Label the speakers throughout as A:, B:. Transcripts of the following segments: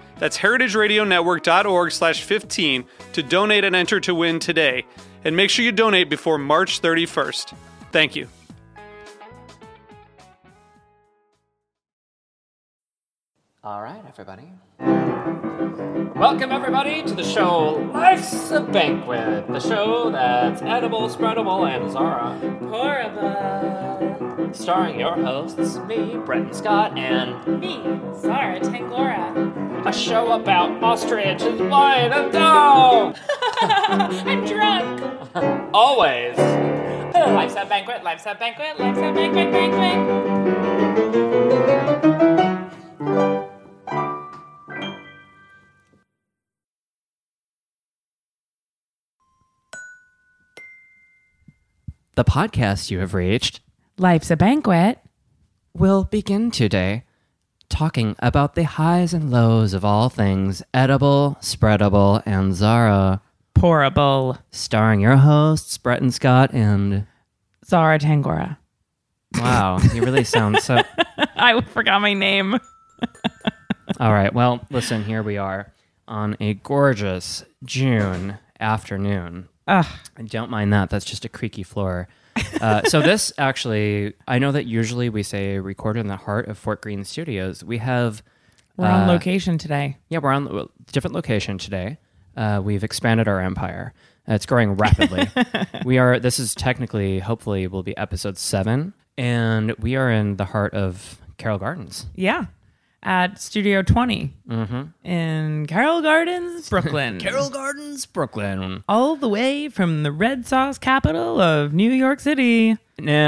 A: That's heritageradionetwork.org slash 15 to donate and enter to win today. And make sure you donate before March 31st. Thank you.
B: All right, everybody. Welcome, everybody, to the show Life's a Banquet, the show that's edible, spreadable, and Zara.
C: Horrible.
B: Starring your hosts, me, Brenton Scott, and
C: Me, Zara Tangora.
B: a show about ostriches, lion, and dog!
C: I'm drunk. Oh,
B: Always!
C: Life's a banquet, life's a banquet, life's a banquet, banquet.
D: The podcast you have reached
C: Life's a banquet.
D: will begin today talking about the highs and lows of all things edible, spreadable, and Zara,
C: Horrible.
D: starring your hosts, Bretton Scott and.
C: Zara Tangora.
D: Wow, you really sound so.
C: I forgot my name.
D: All right, well, listen, here we are on a gorgeous June afternoon.
C: Ugh.
D: And Don't mind that. That's just a creaky floor. Uh, so this actually, I know that usually we say recorded in the heart of Fort Greene Studios. We have
C: We're on location today.
D: yeah, we're on a different location today. Uh, we've expanded our empire. Uh, it's growing rapidly. we are. This is technically, hopefully, will be episode seven, and we are in the heart of Carroll Gardens.
C: Yeah. At Studio 20 in Carroll Gardens, Brooklyn.
D: Gardens, Brooklyn.
C: All the way from the red sauce capital of New York City.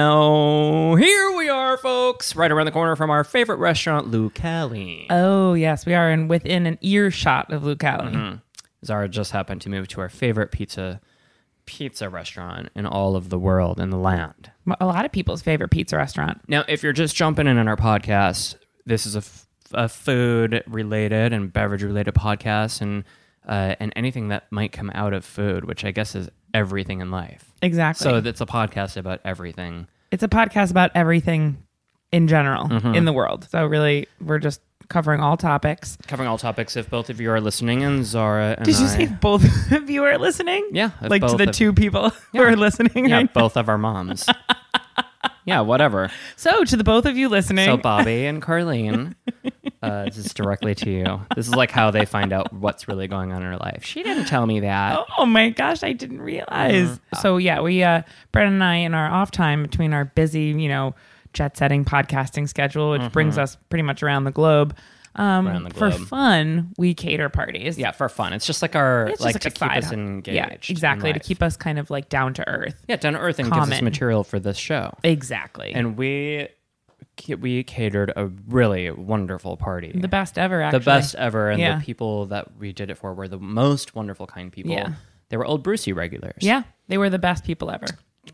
D: Now here we are, folks, right around the corner from our favorite restaurant, Lou Cali.
C: Oh, yes. We are in within an earshot of Luke Allen.
D: Zara just happened to move to our favorite pizza pizza restaurant in all of the world in the land.
C: A lot of people's favorite pizza restaurant.
D: Now, if you're just jumping in on our podcast, this is a, f- a food related and beverage related podcast, and uh, and anything that might come out of food, which I guess is everything in life.
C: Exactly.
D: So it's a podcast about everything.
C: it's a podcast about everything in general
D: Mm-hmm.
C: in the world. So really, we're just covering all topics.
D: Covering all topics if both of you are listening and Zara and
C: Did you
D: I-
C: say both of you are listening?
D: Yeah,
C: like to
D: both
C: the
D: of-
C: two people who are listening.
D: Yeah,
C: right now.
D: both of our moms. yeah, whatever.
C: So to the both of you listening,
D: So Bobby and Carlene, uh, this is directly to you. This is like how they find out what's really going on in her life. She didn't tell me that.
C: oh my gosh, I didn't realize.
D: Mm-hmm.
C: So yeah, we uh, Brett and I in our off time between our busy, you know, jet setting podcasting schedule, which brings us pretty much around the globe. Um,
D: Mm-hmm. Around the
C: For
D: globe.
C: fun, we cater parties.
D: Yeah, for fun. It's just like our
C: It's
D: like,
C: just
D: to
C: like a side
D: keep us
C: hu-
D: engaged.
C: Yeah,
D: in
C: exactly. To
D: life.
C: keep us kind of like down to earth.
D: yeah down to earth and gives us
C: common.
D: material for this show.
C: Exactly.
D: And we ca- we catered a really wonderful party.
C: the best ever,
D: The
C: actually.
D: best ever, and
C: Yeah.
D: the people that we did it for were the most wonderful, kind people.
C: Yeah.
D: They were old Brucey regulars.
C: Yeah, they were the best people ever.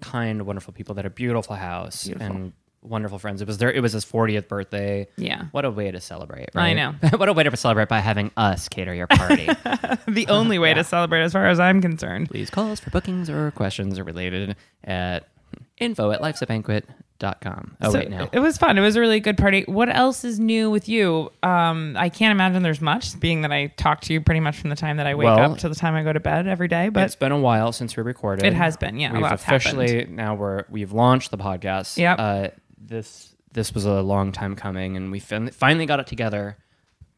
D: kind, wonderful people that had a beautiful house and wonderful friends. It was their it was his 40th birthday.
C: Yeah.
D: What a way to celebrate,
C: I
D: right?
C: know.
D: what a way to celebrate by having us cater your party.
C: The only way to celebrate, as far as I'm concerned.
D: Please call us for bookings or questions or related at info at lifesabanquet.com. Oh,
C: So
D: wait, no.
C: It was fun. It was a really good party. What else is new with you? Um, I can't imagine there's much, being that I talk to you pretty much from the time that I wake
D: Well-
C: up to the time I go to bed every day. But
D: it's been a while since we recorded.
C: It has been, yeah, a
D: We've
C: lot's
D: officially now we're we've launched the podcast.
C: Yep.
D: Uh, this this was a long time coming, and we fin- finally got it together.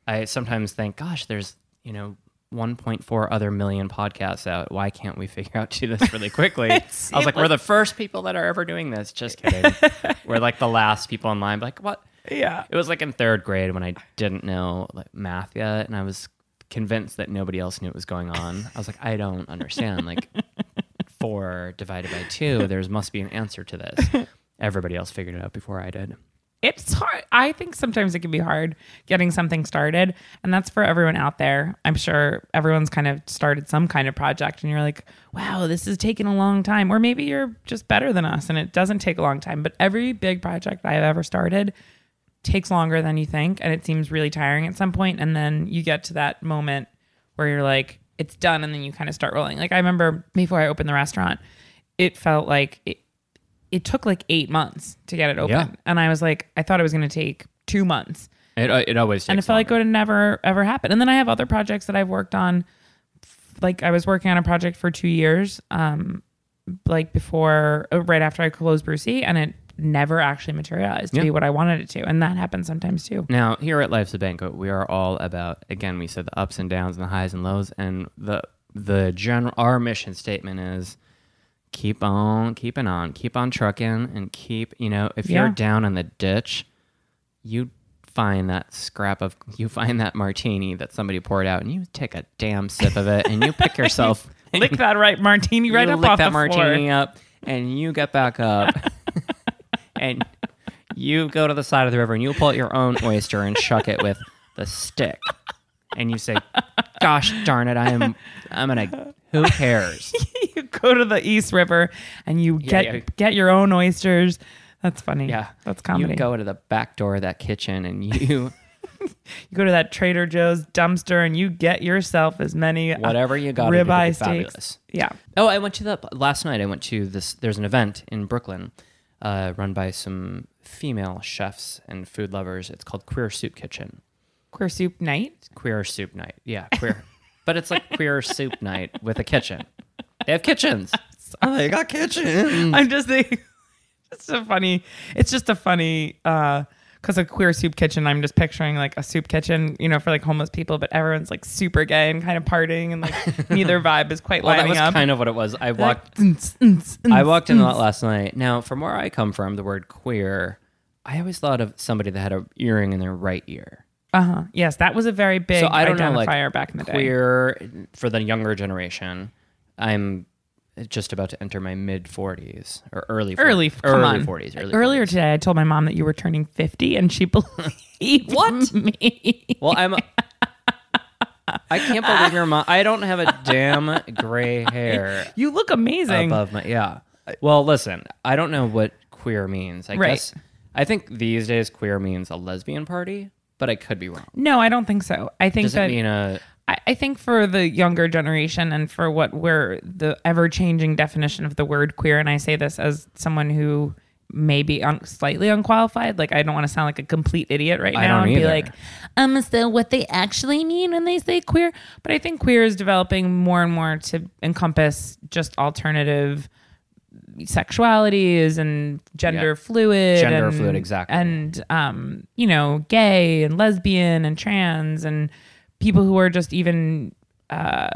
D: I sometimes think, gosh, there's you know 1.4 other million podcasts out. Why can't we figure out to do this really quickly? I
C: It's-
D: was
C: it
D: like, we're the first people that are ever doing this. Just kidding. we're like the last people in line. Like, what?
C: Yeah.
D: It was like in third grade when I didn't know like math yet, and I was convinced that nobody else knew what was going on. I was like, I don't understand. Like four divided by two, there's must be an answer to this. Everybody else figured it out before I did.
C: It's hard. I think sometimes it can be hard getting something started. And that's for everyone out there. I'm sure everyone's kind of started some kind of project and you're like, wow, this is taking a long time. Or maybe you're just better than us and it doesn't take a long time. But every big project I've ever started takes longer than you think and it seems really tiring at some point and then you get to that moment where you're like it's done and then you kind of start rolling like i remember before i opened the restaurant it felt like it, it took like eight months to get it open
D: Yeah.
C: and i was like i thought it was going to take two months
D: It, uh, it always takes
C: and it felt like it would never ever happen. And then I have other projects that I've worked on. Like I was working on a project for two years, um, like before, uh, right after I closed Brucey, and it never actually materialized to
D: Yeah.
C: be what I wanted it to. And that happens sometimes too.
D: Now, here at Life's a Banquet, we are all about again, we said the ups and downs and the highs and lows and the the general our mission statement is keep on keeping on, keep on trucking and keep, you know, if you're
C: Yeah.
D: down in the ditch, you find that scrap of you find that martini that somebody poured out and you take a damn sip of it and you pick yourself
C: Lick that right martini right
D: you
C: up
D: lick
C: off
D: that
C: the
D: martini
C: floor.
D: up and you get back up and you go to the side of the river and you pull out your own oyster and chuck it with the stick and you say gosh darn it i am i'm gonna who cares
C: you go to the East River and you get
D: yeah.
C: get your own oysters. That's funny.
D: yeah
C: that's comedy.
D: you go to the back door of that kitchen and you
C: You go to that Trader Joe's dumpster and you get yourself as many uh,
D: Whatever you gotta do to
C: ribeye
D: be
C: steaks.
D: fabulous.
C: Yeah,
D: Oh, I went to the last night. I went to this. There's an event in Brooklyn, uh, run by some female chefs and food lovers. It's called Queer Soup Kitchen.
C: queer soup night.
D: queer soup night. Yeah, queer. but it's like queer soup night with a kitchen. They have kitchens. Oh, they got kitchens.
C: I'm just thinking, it's a funny, it's just a funny, uh, cause a queer soup kitchen, I'm just picturing like a soup kitchen, you know, for like homeless people, but everyone's like super gay and kind of partying and like neither vibe is quite
D: Well, that
C: lining
D: was
C: up.
D: kind of what it was. I
C: Like,
D: walked.
C: "Tns, tns, tns."
D: I walked in a lot last night. Now, from where I come from, the word queer, I always thought of somebody that had an earring in their right ear.
C: uh-huh. Yes. That was a very big
D: So I don't know, like
C: identifier back in the day.
D: queer for the younger generation. I'm just about to enter my mid 40s or early 40s,
C: Early, come
D: early
C: on.
D: 40s. Early
C: Earlier
D: 40s.
C: today, I told my mom that you were turning 50 and she believed what? me.
D: Well, I'm. I can't believe your mom. I don't have a damn gray hair
C: You look amazing.
D: above my. Yeah. Well, listen. I don't know what queer means. I
C: Right.
D: guess I think these days queer means a lesbian party, but I could be wrong.
C: No, I don't think so. I think
D: Does
C: that
D: it mean a?
C: I, I think for the younger generation and for what we're the ever changing definition of the word queer, and I say this as someone who may be un- slightly unqualified. Like, I don't want to sound like a complete idiot right
D: I
C: now
D: don't
C: and be
D: either.
C: like, um, is that what they actually mean when they say queer? But I think queer is developing more and more to encompass just alternative sexualities and gender
D: Yeah.
C: fluid
D: Gender
C: and-
D: fluid, exactly.
C: and um you know gay and lesbian and trans and people who are just even uh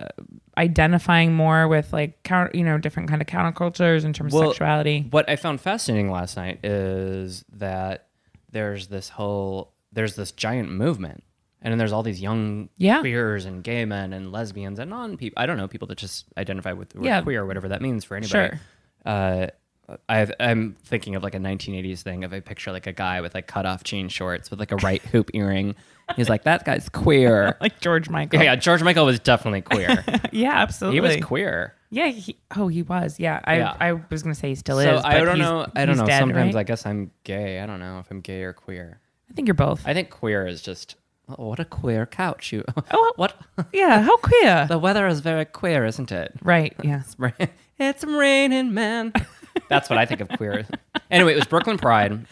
C: identifying more with like count you know different kind of countercultures in terms
D: Well,
C: of sexuality
D: What I found fascinating last night is that there's this whole there's this giant movement, and then there's all these young
C: Yeah.
D: queers and gay men and lesbians and non people. I don't know people that just identify with the word
C: Yeah.
D: queer or whatever that means for anybody.
C: Sure.
D: Uh, I've, I'm thinking of like a 1980s thing of a picture like a guy with like cut off jean shorts with like a right hoop earring. He's like that guy's queer.
C: like george michael
D: yeah, yeah, George Michael was definitely queer.
C: Yeah, absolutely
D: he was queer.
C: yeah he, oh he was yeah i
D: Yeah.
C: i was gonna say he still
D: so
C: is
D: I
C: but
D: don't
C: he's-
D: know. I don't
C: he's
D: know.
C: dead,
D: Sometimes
C: right?
D: I guess I'm gay. I don't know if I'm gay or queer.
C: i think you're both
D: I think queer is just oh, what a queer couch you.
C: Oh,
D: what?
C: yeah how queer
D: the weather is very queer, isn't it?
C: right yeah
D: It's raining, man. That's what I think of queer. Anyway, it was Brooklyn Pride.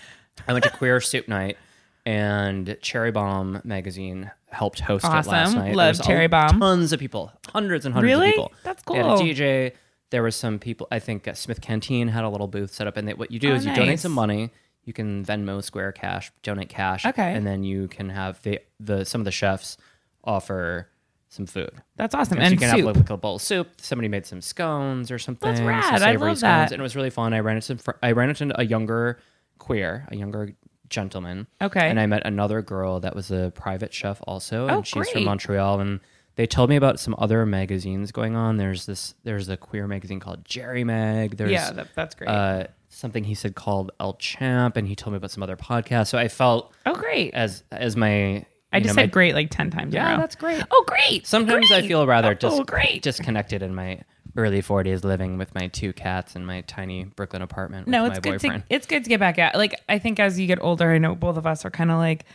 D: I went to queer soup night, and Cherry Bomb magazine helped host it last
C: Awesome.
D: night. There
C: Love
D: was a-
C: Cherry Bomb.
D: Tons of people, hundreds and hundreds
C: Really?
D: of people.
C: That's
D: They had a
C: cool.
D: DJ. There was some people. I think uh, Smith Canteen had a little booth set up, and they, what you do
C: Oh,
D: is you donate
C: nice.
D: some money. You can Venmo, Square Cash, donate cash,
C: Okay.
D: and then you can have the, the some of the chefs offer some food.
C: That's awesome.
D: so you
C: And
D: can
C: soup.
D: have like, like a bowl of soup. Somebody made some scones or something. some
C: rad. I
D: savory
C: love
D: scones,
C: that.
D: And it was really fun. I ran into some fr- I ran into a younger queer, a younger gentleman.
C: Okay.
D: And I met another girl that was a private chef also,
C: Oh,
D: and she's from
C: great.
D: Montreal. And they told me about some other magazines going on. There's this. There's a queer magazine called Jerry Mag. There's
C: yeah, that, that's great.
D: uh, something he said called El Champ, and he told me about some other podcasts. So I felt
C: oh, great.
D: as as my
C: I
D: you
C: just
D: know,
C: said
D: my-
C: great like 10 times. in a
D: Yeah,
C: row.
D: that's great.
C: Oh, great.
D: Sometimes I
C: Great.
D: feel rather
C: oh,
D: just
C: great.
D: disconnected in my early 40s living with my two cats in my tiny Brooklyn apartment with
C: no,
D: my
C: it's good
D: boyfriend.
C: to it's good to get back out. Like I think as you get older, I know both of us are kind of like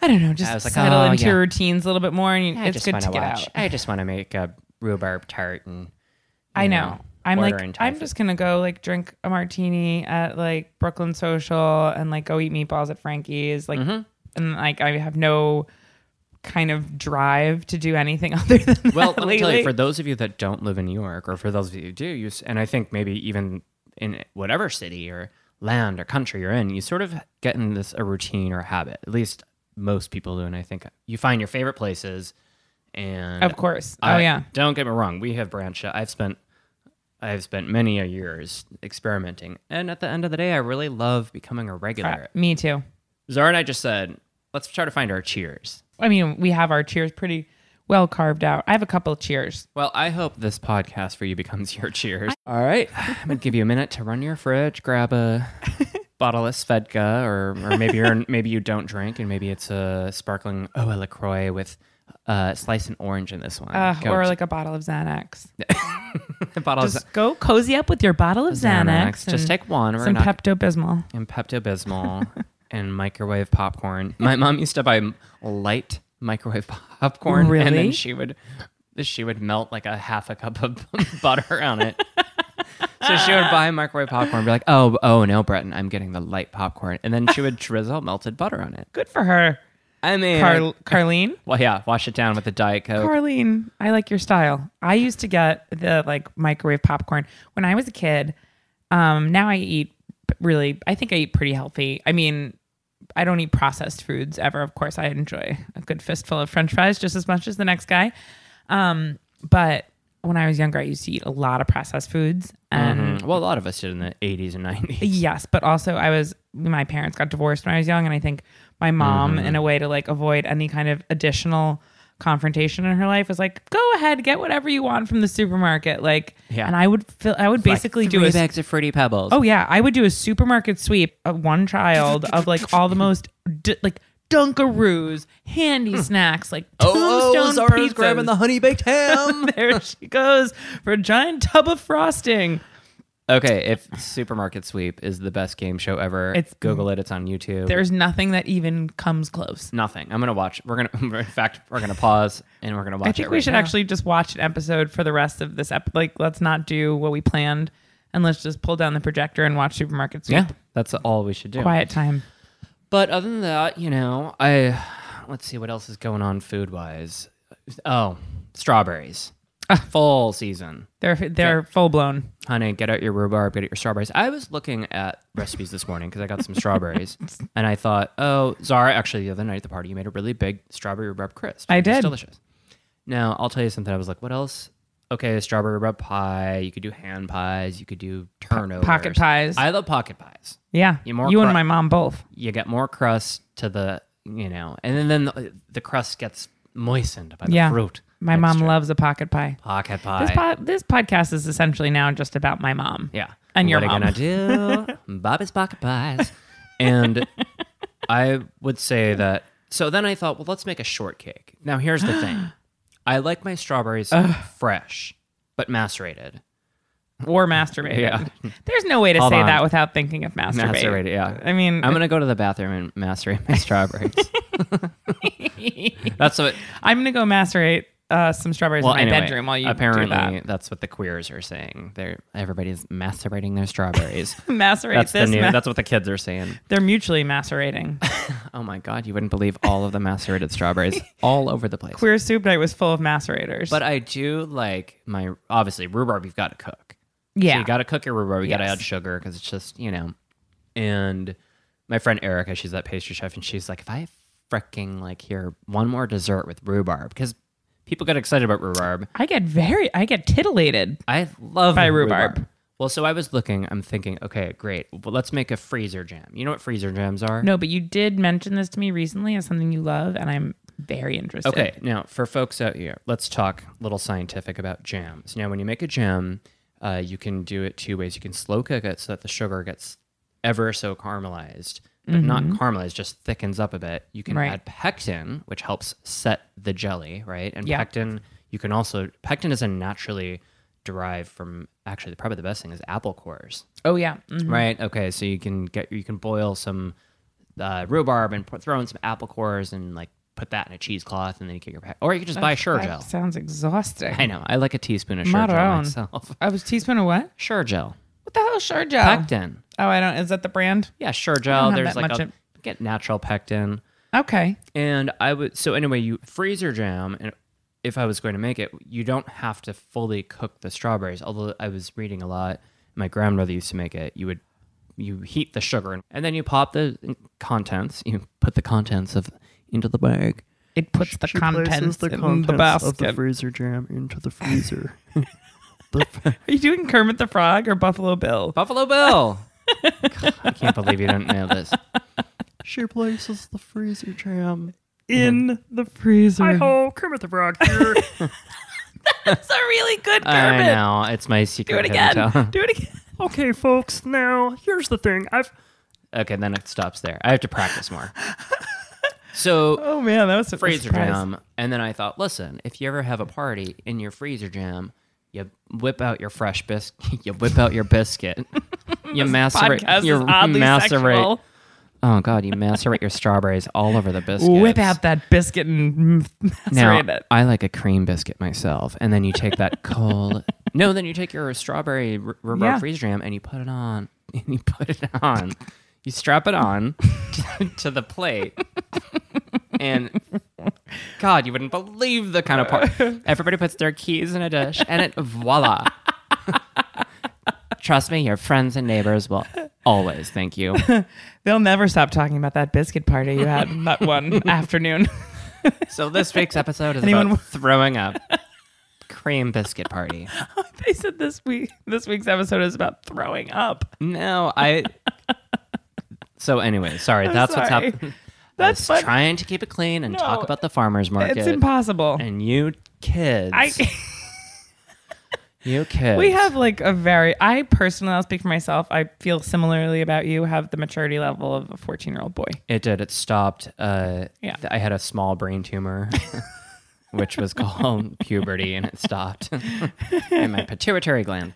C: I don't know, just
D: was like,
C: settle
D: oh,
C: into
D: yeah.
C: your routines a little bit more, and you-
D: I
C: it's
D: just
C: good
D: wanna
C: to get
D: watch.
C: out.
D: I just want to make a rhubarb tart and
C: I
D: you
C: know.
D: know,
C: I'm
D: order
C: like
D: in Thai
C: I'm
D: food.
C: just gonna go like drink a martini at like Brooklyn Social and like go eat meatballs at Frankie's like
D: Mm-hmm.
C: and like I have no kind of drive to do anything other than
D: Well,
C: that
D: let me tell you,
C: lately.
D: for those of you that don't live in New York, or for those of you who do, you, s- and I think maybe even in whatever city or land or country you're in, you sort of get in this a routine or a habit. At least most people do, and I think you find your favorite places. And
C: of course. Oh
D: I-
C: yeah.
D: Don't get me wrong. We have branched. out. I've spent I've spent many a years experimenting, and at the end of the day, I really love becoming a regular.
C: Uh, me too.
D: Zara and I just said, let's try to find our cheers.
C: I mean, we have our cheers pretty well carved out. I have a couple of cheers.
D: Well, I hope this podcast for you becomes your cheers. All right, I'm gonna give you a minute to run your fridge, grab a bottle of Svedka, or or maybe you're maybe you don't drink, and maybe it's a sparkling oh a Lacroix with uh, slice and orange in this one,
C: Uh,
D: Go
C: or
D: to-
C: like a bottle of Xanax.
D: a bottle of
C: Just go cozy up with your bottle of Xanax.
D: Xanax. Just
C: and
D: take one. We're
C: some
D: not
C: Pepto Bismol.
D: and Pepto Bismol and microwave popcorn. My mom used to buy m- light microwave popcorn, and
C: Really?
D: then she would she would melt like a half a cup of butter on it. so she would buy microwave popcorn, and be like, "Oh, oh no, Breton, I'm getting the light popcorn," and then she would drizzle melted butter on it.
C: Good for her,
D: I mean,
C: Car- Carlene.
D: well, yeah, wash it down with the diet coke.
C: Carlene, I like your style. I used to get the like microwave popcorn when I was a kid. Um, now I eat really. I think I eat pretty healthy. I mean, I don't eat processed foods ever. Of course, I enjoy a good fistful of French fries just as much as the next guy. Um, but when I was younger, I used to eat a lot of processed foods, and
D: Mm, Well, a lot of us did in the 80s and 90s.
C: Yes, but also I was my parents got divorced when I was young, and I think my mom,
D: Mm-hmm.
C: in a way to like avoid any kind of additional confrontation in her life, was like, "Go ahead, get whatever you want from the supermarket." Like,
D: Yeah.
C: and I would fill, I would basically
D: Like
C: do
D: three
C: a
D: bags of fruity pebbles.
C: oh yeah, I would do a supermarket sweep of one child of like all the most d- like Dunkaroos,
D: Hmm.
C: handy snacks, like
D: Oh,
C: tombstone pizzas.
D: honey baked ham.
C: there she goes for a giant tub of frosting.
D: Okay, if Supermarket Sweep is the best game show ever,
C: It's-
D: Google it. It's on YouTube.
C: There's nothing that even comes close.
D: nothing. I'm gonna watch. We're gonna, in fact, we're gonna pause and we're gonna watch
C: I think
D: it.
C: we
D: right
C: should
D: now.
C: actually just watch an episode for the rest of this ep. Like, let's not do what we planned, and let's just pull down the projector and watch Supermarket Sweep.
D: Yeah, that's all we should do.
C: Quiet time.
D: But other than that, you know, I let's see what else is going on food wise. Oh, strawberries, full season.
C: They're they're full blown.
D: honey, get out your rhubarb, get out your strawberries. I was looking at recipes this morning because I got some strawberries, and I thought, oh, Zara, actually, the other night at the party, you made a really big strawberry rhubarb crisp.
C: I
D: It was
C: did.
D: delicious. Now I'll tell you something. I was like, what else? Okay, strawberry rhubarb pie. You could do hand pies. You could do turnovers.
C: pocket pies.
D: I love pocket pies.
C: Yeah,
D: You more
C: you and
D: cru-
C: my mom both.
D: You get more crust to the, you know, and then then the, the crust gets moistened by the
C: Yeah,
D: fruit.
C: My mom
D: mixture.
C: loves a pocket pie.
D: pocket pie.
C: This po- this podcast is essentially now just about my mom.
D: Yeah.
C: And your
D: what
C: mom.
D: What gonna do? Bobby's pocket pies. And I would say that. So then I thought, well, let's make a shortcake. Now here's the thing: I like my strawberries fresh, but macerated.
C: or masturbated.
D: Yeah.
C: There's no way to
D: Hold
C: say
D: on.
C: that without thinking of masturbate.
D: Macerated, yeah.
C: I mean,
D: I'm gonna go to the bathroom and macerate my strawberries. That's what.
C: I'm gonna go macerate uh, some strawberries
D: Well,
C: in my
D: anyway,
C: bedroom while you
D: apparently
C: do that.
D: that's what the queers are saying. They're everybody's macerating their strawberries.
C: Macerate
D: that's the
C: this.
D: new.
C: ma-
D: that's what the kids are saying.
C: they're mutually macerating.
D: Oh my god, you wouldn't believe all of the macerated strawberries all over the place.
C: queer soup night was full of macerators.
D: But I do like my obviously rhubarb. You've got to cook. So
C: yeah,
D: you got to cook your rhubarb. You got to
C: Yes.
D: add sugar because it's just you know. And my friend Erica, she's that pastry chef, and she's like, if I freaking like hear one more dessert with rhubarb, because People get excited about rhubarb.
C: I get very, I get titillated.
D: I love
C: By rhubarb.
D: Well, so I was looking. I'm thinking, okay, great. Well, let's make a freezer jam. You know what freezer jams are?
C: No, but you did mention this to me recently as something you love, and I'm very interested.
D: Okay, now for folks out here, let's talk a little scientific about jams. Now, when you make a jam, uh, you can do it two ways. You can slow cook it so that the sugar gets ever so caramelized, but not caramelized, just thickens up a bit. You can
C: Mm-hmm. Right.
D: add pectin, which helps set the jelly, right? And
C: Yeah.
D: pectin, you can also pectin is a naturally derived from actually probably the best thing is apple cores.
C: Oh yeah. Mhm.
D: Right. Okay. So you can get you can boil some uh, rhubarb and put, throw in some apple cores and like put that in a cheesecloth and then you get your pack. Or you could just buy Sure
C: That
D: gel.
C: sounds exhausting.
D: I know. I like a teaspoon of Sure
C: Not
D: gel
C: our own.
D: myself.
C: I was teaspoon of what?
D: Sure gel.
C: What the hell, Sure Gel?
D: Pectin.
C: Oh, I don't. Is that the brand?
D: Yeah, Sure
C: don't
D: gel.
C: have
D: There's
C: that
D: like
C: much
D: a
C: of-
D: get natural pectin.
C: Okay.
D: And I would so anyway, you freezer jam and if I was going to make it, you don't have to fully cook the strawberries. Although I was reading a lot, my grandmother used to make it. You would you heat the sugar and, and then you pop the contents. You put the contents of into the bag.
C: It puts the
E: She
C: contents
E: places the
C: in
E: contents
C: the basket.
E: of the freezer jam into the freezer. The f-
C: Are you doing Kermit the Frog or Buffalo Bill?
D: Buffalo Bill. God, I can't believe you didn't know this.
E: she places the freezer jam.
C: In the freezer.
E: Oh, Kermit the Frog here.
C: That's a really good
D: I
C: Kermit.
D: know it's my secret.
C: Do it
D: hidden
C: again.
D: talent.
C: Do it again.
E: okay, folks. Now here's the thing. I've
D: Okay, then it stops there. I have to practice more. So
C: Oh man, that was a
D: freezer
C: surprise.
D: jam. And then I thought, listen, if you ever have a party in your freezer jam, you whip out your fresh biscuit, you whip out your biscuit, you macerate,
C: Podcast
D: you
C: is oddly
D: macerate.
C: sexual.
D: Oh god, you macerate your strawberries all over the biscuit.
C: Whip out that biscuit and
D: now,
C: macerate it.
D: I like a cream biscuit myself, and then you take that cold. No, then you take your strawberry r- rhubarb
C: Yeah.
D: freeze jam and you put it on, and you put it on, you strap it on to, to the plate, and God, you wouldn't believe the kind of part. Everybody puts their keys in a dish, and it voila. Trust me, your friends and neighbors will always thank you.
C: They'll never stop talking about that biscuit party you had that one afternoon.
D: So this week's episode is
C: Anyone
D: about throwing up cream biscuit party.
C: they said this week this week's episode is about throwing up.
D: No, I. so anyway, sorry. that's what's
C: sorry.
D: happening.
C: That's
D: I was
C: fun.
D: trying to keep it clean and talk
C: No,
D: about the farmers market.
C: It's impossible.
D: And you kids,
C: I
D: you kids.
C: we have like a very I personally I'll speak for myself. I feel similarly about you have the maturity level of a 14-year-old boy.
D: It did. It stopped. Uh,
C: Yeah.
D: th- I had a small brain tumor, which was called puberty, and it stopped in my pituitary gland.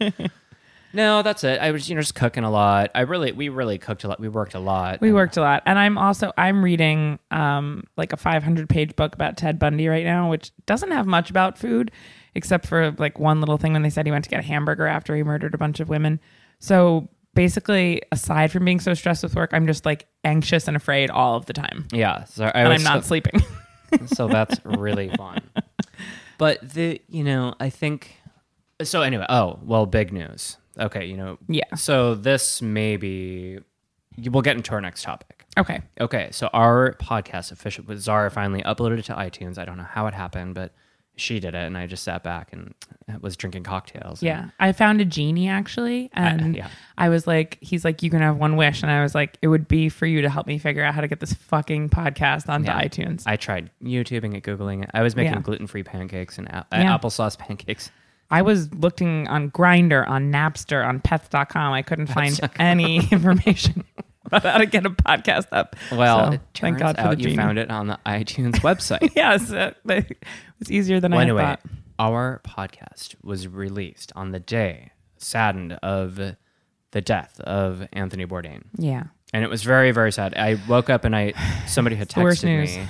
D: No, that's it. I was, you know, just cooking a lot. I really, we really cooked a lot. We worked a lot.
C: We worked a lot. And I'm also I'm reading um like a 500 page book about Ted Bundy right now, which doesn't have much about food except for like one little thing when they said he went to get a hamburger after he murdered a bunch of women. So basically aside from being so stressed with work, I'm just like anxious and afraid all of the time.
D: Yeah. So I
C: And
D: was
C: I'm not
D: so-
C: sleeping.
D: so that's really fun. But the you know I think so anyway. Oh well, big news. Okay, you know
C: Yeah.
D: So this maybe we'll get into our next topic.
C: okay.
D: Okay, so our podcast official with Zara finally uploaded it to iTunes. I don't know how it happened, but she did it, and I just sat back and was drinking cocktails. and-
C: Yeah. I found a genie actually. And
D: yeah.
C: I was like, he's like, you can have one wish. And I was like, it would be for you to help me figure out how to get this fucking podcast onto
D: Yeah.
C: iTunes.
D: I tried YouTubing it, googling it. I was making
C: Yeah.
D: gluten-free pancakes and a-
C: Yeah.
D: applesauce pancakes.
C: I was looking on Grinder, on Napster, on Pets.com. I couldn't find any information about how to get a podcast up.
D: Well,
C: So,
D: it turns out you found it on the iTunes website.
C: Yes, it it was easier than
D: Well,
C: I had
D: anyway,
C: thought.
D: our podcast was released on the day saddened of the death of Anthony Bourdain,
C: Yeah,
D: and it was very, very sad. I woke up and I somebody had
C: the worst
D: texted
C: news.
D: me,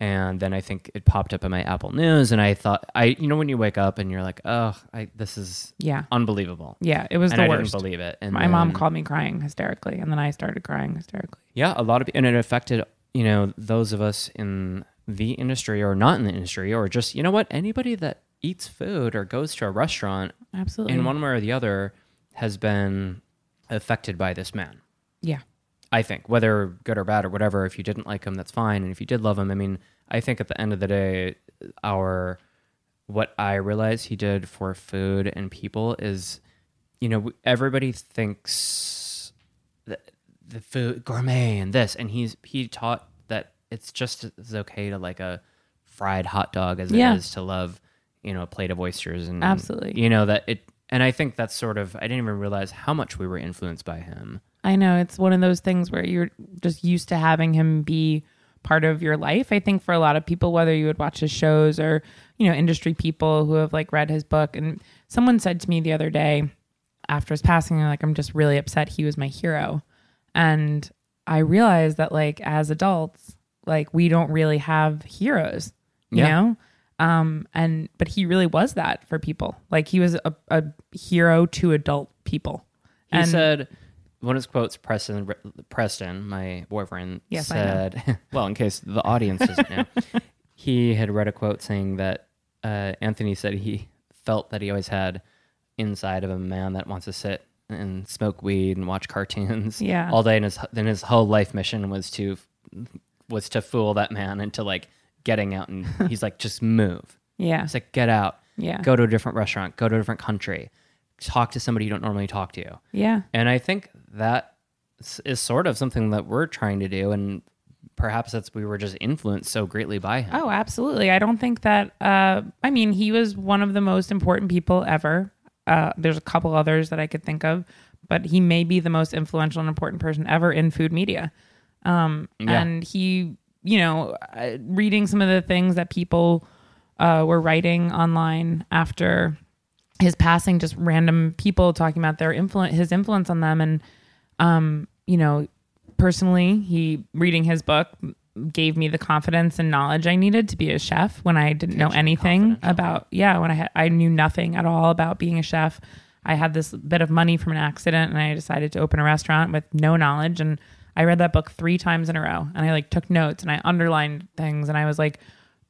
D: and then I think it popped up in my Apple News, and I thought, I you know when you wake up and you're like, oh, I, this is
C: yeah,
D: unbelievable,
C: yeah. It was
D: and
C: the
D: I
C: worst.
D: didn't believe it. And
C: My mom
D: then-
C: called me crying hysterically, and then I started crying hysterically.
D: Yeah, a lot of, and it affected, you know, those of us in the industry or not in the industry or just, you know what, anybody that eats food or goes to a restaurant
C: Absolutely.
D: in one way or the other has been affected by this man.
C: yeah.
D: I think, whether good or bad or whatever, if you didn't like him, that's fine. And if you did love him, I mean, I think at the end of the day, our what I realize he did for food and people is, you know, everybody thinks that the food gourmet and this, and he's he taught that it's just as okay to like a fried hot dog as
C: Yeah.
D: it is to love, you know, a plate of oysters and
C: Absolutely.
D: you know that it. And I think that's sort of I didn't even realize how much we were influenced by him.
C: I know it's one of those things where you're just used to having him be part of your life. I think for a lot of people, whether you would watch his shows or, you know, industry people who have like read his book. And someone said to me the other day after his passing, they're like, I'm just really upset he was my hero. And I realized that like as adults, like we don't really have heroes, you
D: Yeah.
C: know? Um, and but he really was that for people. Like he was a, a hero to adult people.
D: He
C: And-
D: said one of his quotes. Preston, Preston, my boyfriend,
C: Yes, I know.
D: said, "Well, in case the audience doesn't know, he had read a quote saying that uh, Anthony said he felt that he always had inside of a man that wants to sit and smoke weed and watch cartoons,
C: Yeah.
D: all day. And his then his whole life mission was to was to fool that man into like getting out and he's like just move.
C: Yeah.
D: It's like get out,
C: Yeah.
D: go to a different restaurant, go to a different country, talk to somebody you don't normally talk to."
C: Yeah.
D: And I think that s- is sort of something that we're trying to do, and perhaps that's we were just influenced so greatly by him.
C: Oh, absolutely. I don't think that. Uh, I mean, he was one of the most important people ever. Uh, there's a couple others that I could think of, but he may be the most influential and important person ever in food media. Um,
D: Yeah.
C: And he, you know, uh, reading some of the things that people uh, were writing online after his passing, just random people talking about their influence, his influence on them, and you know, personally, he reading his book gave me the confidence and knowledge I needed to be a chef when I didn't know anything about yeah, when I had, I knew nothing at all about being a chef. I had this bit of money from an accident and I decided to open a restaurant with no knowledge and I read that book 3 times in a row and I like took notes and I underlined things and I was like,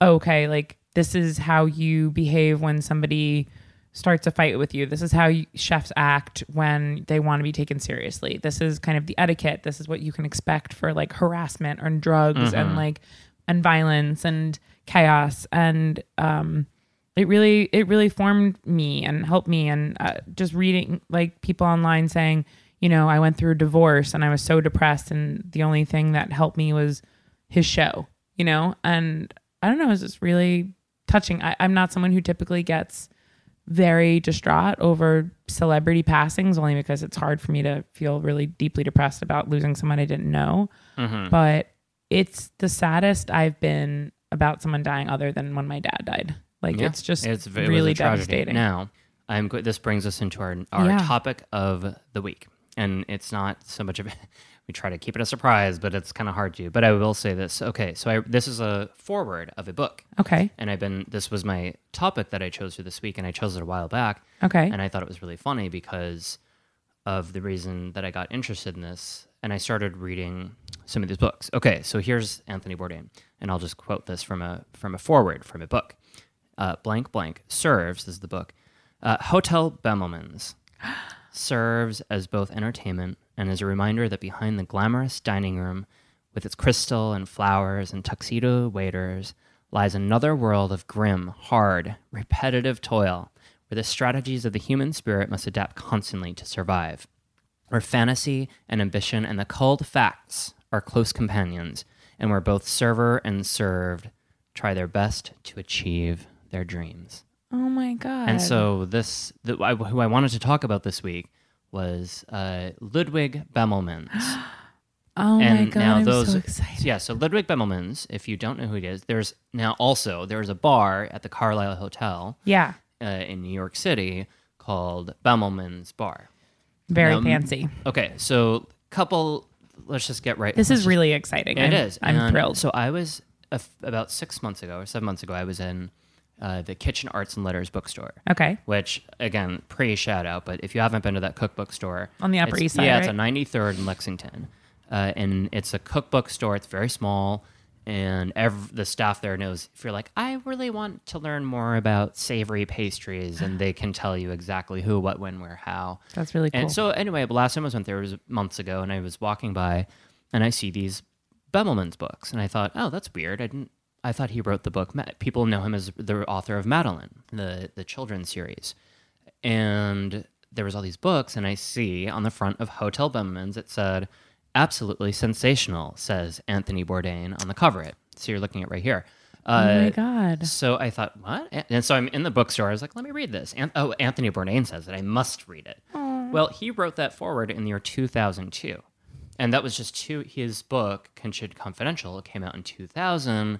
C: "Okay, like this is how you behave when somebody starts a fight with you. This is how you, chefs act when they want to be taken seriously. This is kind of the etiquette. This is what you can expect for like harassment and drugs and like and violence and chaos and um it really it really formed me and helped me and uh, just reading like people online saying you know i went through a divorce and i was so depressed and the only thing that helped me was his show you know and i don't know it's just really touching I, i'm not someone who typically gets very distraught over celebrity passings only because it's hard for me to feel really deeply depressed about losing someone I didn't know.
D: Mm-hmm.
C: But it's the saddest I've been about someone dying other than when my dad died. Like
D: Yeah.
C: it's just
D: it was a
C: really
D: tragedy.
C: devastating.
D: Now, I'm go- this brings us into our our
C: Yeah.
D: topic of the week, and it's not so much of we try to keep it a surprise, but it's kind of hard to. But I will say this. Okay, so I, this is a forward of a book,
C: Okay.
D: and I've been this was my topic that I chose for this week, and I chose it a while back.
C: Okay.
D: And I thought it was really funny because of the reason that I got interested in this. And I started reading some of these books. Okay, so here's Anthony Bourdain, and I'll just quote this from a from a forward from a book. Uh, blank blank serves is the book. Uh, Hotel Bemelmans serves as both entertainment and as a reminder that behind the glamorous dining room, with its crystal and flowers and tuxedo waiters, lies another world of grim, hard, repetitive toil where the strategies of the human spirit must adapt constantly to survive, where fantasy and ambition and the cold facts are close companions, and where both server and served try their best to achieve their dreams.
C: oh my god.
D: And so this, the, I, who I wanted to talk about this week was uh, Ludwig Bemelmans.
C: oh my
D: and
C: god.
D: now
C: I'm
D: those,
C: so excited.
D: yeah. So Ludwig Bemelmans, if you don't know who he is, there's now also there's a bar at the Carlisle Hotel
C: Yeah.
D: uh, in New York City called Bemelmans Bar.
C: Very
D: Um,
C: fancy.
D: Okay, so couple, let's just get right.
C: This
D: let's
C: is really exciting.
D: It
C: I'm,
D: is.
C: I'm
D: And
C: thrilled.
D: So I was a f- about six months ago or seven months ago. I was in uh, the Kitchen Arts and Letters bookstore.
C: okay.
D: Which again, pre shout out, but if you haven't been to that cookbook store
C: On the Upper
D: it's-
C: East Side,
D: yeah,
C: right?
D: it's a 93rd in Lexington, uh, and it's a cookbook store. It's very small, and ev- the staff there knows if you're like, I really want to learn more about savory pastries, and they can tell you exactly who, what, when, where, how.
C: That's really cool.
D: And so anyway, the last time I went there was months ago, and I was walking by, and I see these Bemelman's books, and I thought, oh, that's weird. I didn't. I thought he wrote the book. Ma- People know him as the author of Madeline, the the children's series, and there was all these books, and I see on the front of Hotel Bumman's it said, "Absolutely sensational," says Anthony Bourdain on the cover. It so you're looking at right here. Uh,
C: oh my god.
D: so I thought, what? A- And so I'm in the bookstore. I was like, let me read this. An- oh, Anthony Bourdain says it. I must read it. Well, he wrote that forward in the year 2002. And that was just two. His book, Conchid Confidential, came out in 2000.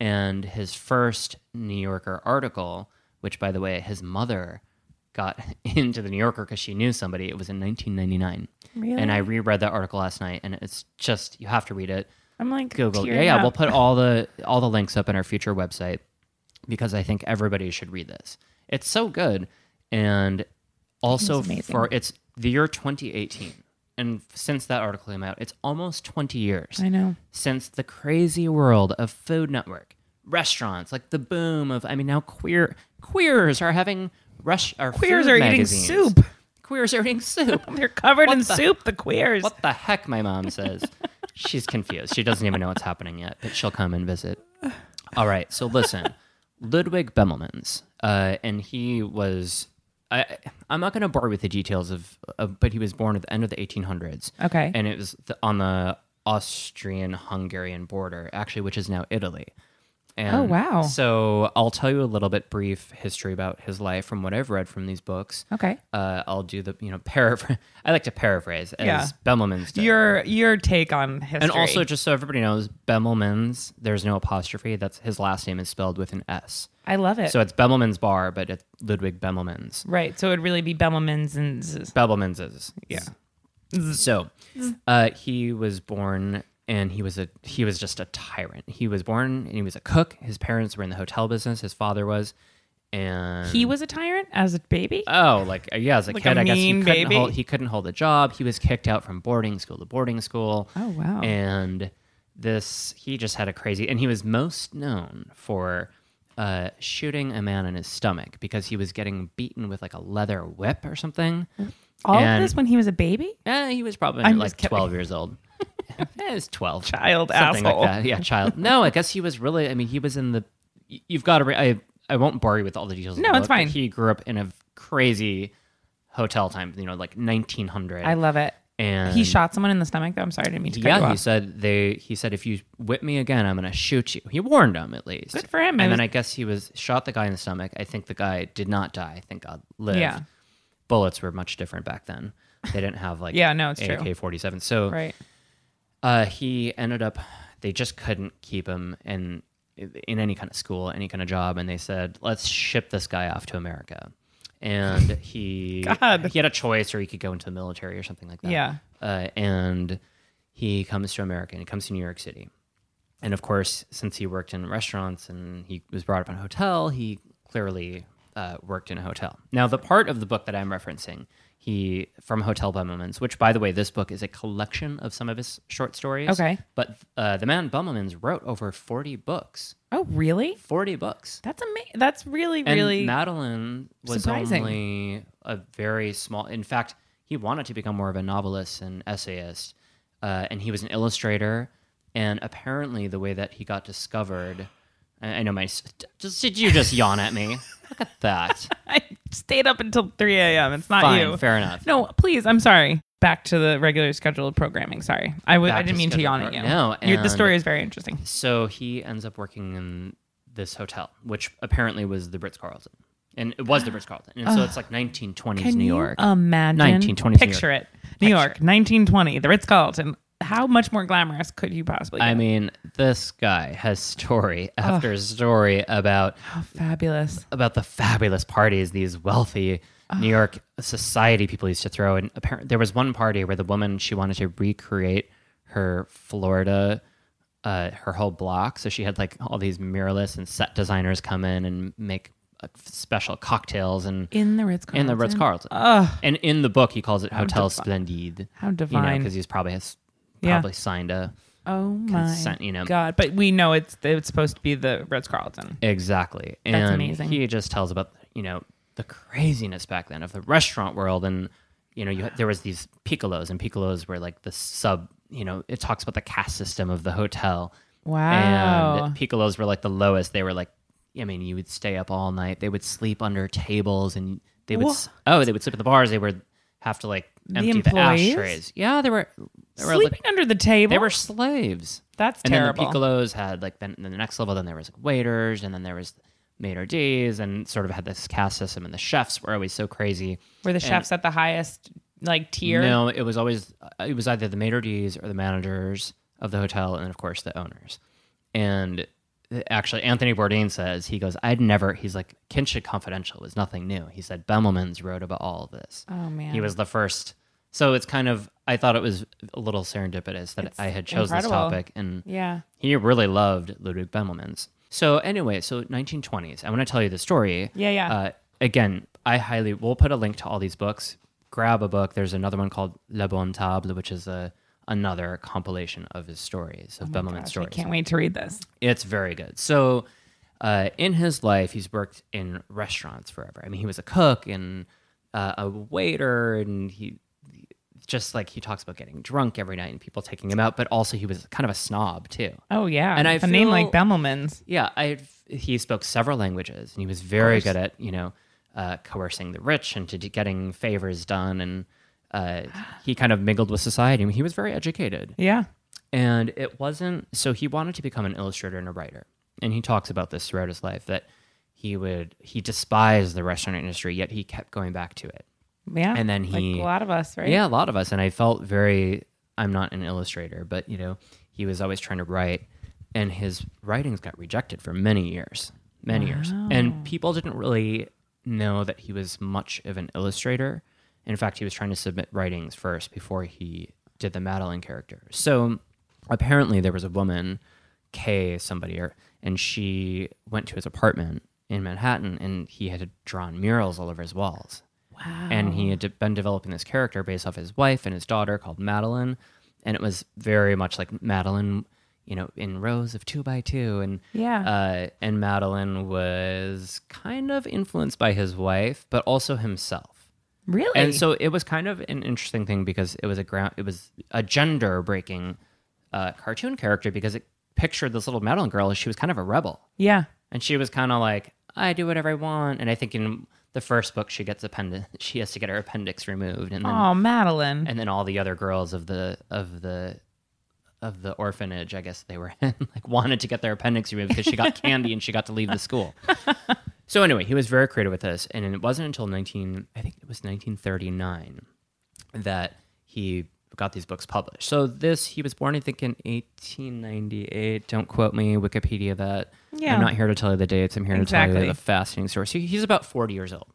D: And his first New Yorker article, which, by the way, his mother got into the New Yorker because she knew somebody, it was in 1999. And I reread that article last night. And it's just, you have to read it.
C: I'm like
D: Google. Yeah,
C: tearing
D: yeah.
C: up.
D: We'll put all the all the links up in our future website because I think everybody should read this. It's so good, and also
C: It's amazing.
D: for it's the year 2018, and since that article came out, it's almost 20 years
C: I know.
D: since the crazy world of Food Network, restaurants, like the boom of I mean now queer queers are having rush are
C: Queers
D: food
C: are
D: magazines.
C: eating soup.
D: Queers are eating soup.
C: They're covered
D: What
C: in
D: the-
C: soup. The queers.
D: What the heck, my mom says. She's confused. She doesn't even know what's happening yet, but she'll come and visit. All right, so listen, Ludwig Bemelmans, uh, and he was. I, I'm not going to bore you with the details of, of, but he was born at the end of the 1800s.
C: Okay.
D: And it was the, on the Austrian Hungarian border, actually, which is now Italy. And
C: Oh, wow.
D: So I'll tell you a little bit brief history about his life from what I've read from these books
C: Okay.
D: uh, I'll do the you know paraphrase. I like to paraphrase as
C: Yeah.
D: Bemelmans did.
C: Your your take on history.
D: and also just so everybody knows, Bemelmans. There's no apostrophe. That's his last name is spelled with an S.
C: I love it.
D: So it's Bemelmans Bar, but it's Ludwig Bemelmans.
C: right. So it'd really be Bemelmans and z-
D: Bemelmans is
C: yeah.
D: So uh, he was born and he was a he was just a tyrant. He was born and he was a cook. His parents were in the hotel business. His father was. And
C: He was a tyrant as a baby.
D: Oh, like uh, yeah, as a
C: Like a
D: kid, I guess he
C: mean
D: couldn't
C: baby?
D: hold he couldn't hold a job. He was kicked out from boarding school to boarding school.
C: Oh, wow.
D: And this he just had a crazy and he was most known for uh, shooting a man in his stomach because he was getting beaten with like a leather whip or something.
C: All
D: and-
C: of this when he was a baby.
D: Eh, he was probably
C: I'm
D: like
C: just kidding.
D: twelve years old. Eh, he was twelve.
C: Child
D: Something
C: asshole.
D: like that. Yeah, child. No, I guess he was really. I mean, he was in the. y- You've got to. Re- I I won't bore you with all the details. of
C: No,
D: the
C: it's
D: book, but
C: fine.
D: He grew up in a crazy hotel time. You know, like 1900.
C: I love it.
D: and
C: he shot someone in the stomach though. I'm sorry, I didn't mean to cut you
D: Yeah, he
C: off.
D: said they. He said if you whip me again, I'm gonna shoot you. He warned him at least.
C: Good for him.
D: And
C: It
D: then
C: was-
D: I guess he was shot the guy in the stomach. I think the guy did not die. Thank God lived.
C: Yeah.
D: Bullets were much different back then. They didn't have like
C: Yeah, no, it's true.
D: AK-47. So
C: Right.
D: uh, he ended up they just couldn't keep him in in any kind of school any kind of job and they said let's ship this guy off to america and he
C: God.
D: he had a choice or he could go into the military or something like that
C: Yeah.
D: uh, and he comes to america and he comes to new york city and of course since he worked in restaurants and he was brought up in a hotel he clearly uh, worked in a hotel now the part of the book that i'm referencing he from hotel Bummelmans, which by the way this book is a collection of some of his short stories
C: Okay.
D: but uh, the man Bummelmans wrote over 40 books
C: Oh really?
D: 40 books
C: That's amazing. That's really
D: and
C: really.
D: madeline was
C: surprising.
D: only a very small in fact he wanted to become more of a novelist and essayist uh, and he was an illustrator and apparently the way that he got discovered i, I know my s- just did you just yawn at me look at that
C: I stayed up until 3 a.m. It's not
D: fine
C: you.
D: fair enough
C: No, please. I'm sorry. Back to the regular scheduled programming. Sorry, I w-
D: Back
C: I
D: to
C: didn't mean to
D: scheduled
C: yawn at you.
D: pro- No,
C: Your- the
D: and-
C: story is very interesting.
D: so he ends up working in this hotel, which apparently was the Ritz Carlton, and it was the Ritz Carlton, and so it's like 1920s
C: Can
D: New
C: you
D: York.
C: Imagine
D: 1920s New
C: Picture it. New York, 1920, the Ritz Carlton. How much more glamorous could you possibly? Get?
D: I mean, this guy has story after story about
C: How Oh, fabulous.
D: about the fabulous parties these wealthy New York society people used to throw. And apparently, there was one party where the woman she wanted to recreate her Florida, uh, her whole block. So she had like all these muralists and set designers come in and make uh, special cocktails and
C: In the Ritz Carlton.
D: in the Ritz Carlton. And in the book, he calls it Hotel Splendide.
C: How
D: You know,
C: divine.
D: because he's probably has
C: Yeah.
D: probably signed a
C: Oh my
D: consent, you know.
C: God! But we know it's it's supposed to be the Ritz Carlton.
D: Exactly. And
C: That's amazing.
D: he just tells about, you know, the craziness back then of the restaurant world and you know, you, there was these piccolos and piccolos were like the sub, you know, it talks about the caste system of the hotel
C: Wow.
D: And piccolos were like the lowest. They were like, I mean, you would stay up all night. They would sleep under tables, and they would. s- Oh, they would sleep at the bars. They would have to like empty the,
C: employees?
D: ashtrays. Yeah, they were. They were,
C: Sleeping
D: like,
C: under the table.
D: they were slaves.
C: That's
D: and
C: terrible.
D: then the piccolos had like been then the next level. Then there was like, waiters, and then there was maitre d's, and sort of had this caste system. And the chefs were always so crazy.
C: Were the chefs at the highest like tier?
D: No, it was always uh, it was either the maitre d's or the managers of the hotel, and then of course the owners. And uh, actually, Anthony Bourdain says he goes, "I'd never." He's like, "Kinship Confidential was nothing new." He said Bemelmans wrote about all of this.
C: Oh man.
D: He was the first. So it's kind of I thought it was a little serendipitous that I had chose this
C: incredible.
D: topic, and
C: Yeah.
D: he really loved Ludwig Bemelmans. So anyway, so 1920s. I want to tell you the story.
C: Yeah, yeah.
D: Uh, again, I highly. We'll put a link to all these books. Grab a book. There's another one called La Bonne Table, which is a another compilation of his stories of Bemelman's
C: Oh Gosh, I
D: stories.
C: can't wait to read this.
D: It's very good. So, uh, in his life, he's worked in restaurants forever. I mean, he was a cook and uh, a waiter, and he just like he talks about getting drunk every night and people taking him out. But also, he was kind of a snob too.
C: Oh yeah.
D: And I
C: a name
D: feel-
C: like Bemelman's.
D: Yeah, I he spoke several languages, and he was very good at you know uh, coercing the rich into d- getting favors done, and uh, he kind of mingled with society. I mean, he was very educated
C: Yeah.
D: and it wasn't so he wanted to become an illustrator and a writer and he talks about this throughout his life that he would he despised the restaurant industry yet he kept going back to it
C: Yeah.
D: And then
C: Like
D: he-
C: a lot of us, right?
D: yeah a lot of us and i felt very i'm not an illustrator but you know he was always trying to write and his writings got rejected for many years many years and people didn't really know that he was much of an illustrator in fact he was trying to submit writings first before he did the madeline character so apparently there was a woman Kay somebody or and she went to his apartment in Manhattan and he had drawn murals all over his walls. Wow. And he had de- been developing this character based off his wife and his daughter called Madeline. And it was very much like Madeline, you know, in rows of two by two. And
C: Yeah.
D: uh, and Madeline was kind of influenced by his wife, but also himself.
C: Really?
D: And so it was kind of an interesting thing because it was a ground, it was a gender breaking uh, cartoon character because it pictured this little Madeline girl as she was kind of a rebel
C: yeah.
D: and she was kind of like, I do whatever I want. And I think in the first book she gets appendix, she has to get her appendix removed, and then
C: Oh, Madeline.
D: and then all the other girls of the of the of the orphanage, I guess they were in, like wanted to get their appendix removed because she got candy and she got to leave the school. so anyway, he was very creative with this, and it wasn't until nineteen, I think it was nineteen thirty nine, that he got these books published. So this, he was born, I think, in eighteen ninety eight. Don't quote me, Wikipedia that.
C: Yeah.
D: I'm not here to tell you the dates. I'm here to tell
C: Exactly.
D: you the fascinating story. So he's about forty years old.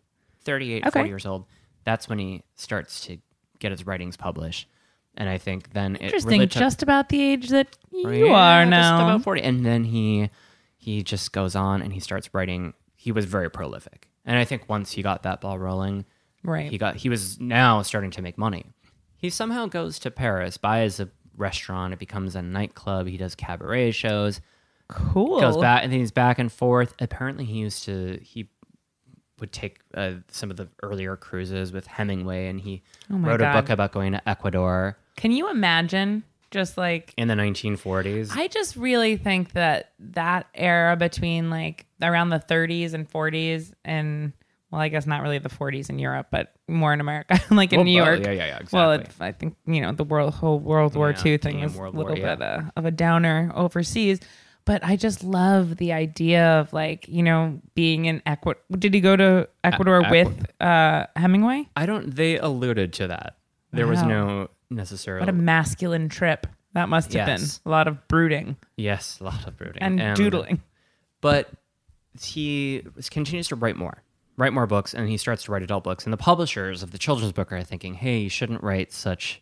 D: 38,
C: Okay.
D: 40 years old, that's when he starts to get his writings published. And I think then it
C: Interesting.
D: really took-
C: just about the age that you
D: Yeah,
C: are
D: just
C: now.
D: about 40. And then he he just goes on and he starts writing. He was very prolific. And I think once he got that ball rolling,
C: Right.
D: he got he was now starting to make money. He somehow goes to Paris, buys a restaurant, it becomes a nightclub, he does cabaret shows
C: cool.
D: goes back and then he's back and forth. Apparently, he used to he would take uh, some of the earlier cruises with Hemingway, and he
C: Oh my
D: wrote
C: God.
D: a book about going to Ecuador
C: Can you imagine just like
D: in the 1940s.
C: I just really think that that era between like around the 30s and 40s and well, I guess not really the 40s in Europe, but more in America, like in
D: Well,
C: New
D: but-
C: York.
D: yeah, yeah, yeah,
C: Well,
D: exactly.
C: it's, I think you know the world whole World War
D: Yeah,
C: II thing
D: yeah,
C: was a
D: World
C: little
D: War, yeah.
C: bit uh, of a downer overseas, but I just love the idea of like you know being in Ecuador. Did he go to Ecuador with uh, Hemingway?
D: I don't. They alluded to that. There was
C: Wow.
D: no necessarily.
C: What a masculine trip that must have
D: Oh. Yes.
C: been. A lot of brooding
D: yes, a lot of brooding
C: and, doodling.
D: but he continues to write more write more books and he starts to write adult books and the publishers of the children's book are thinking hey you shouldn't write such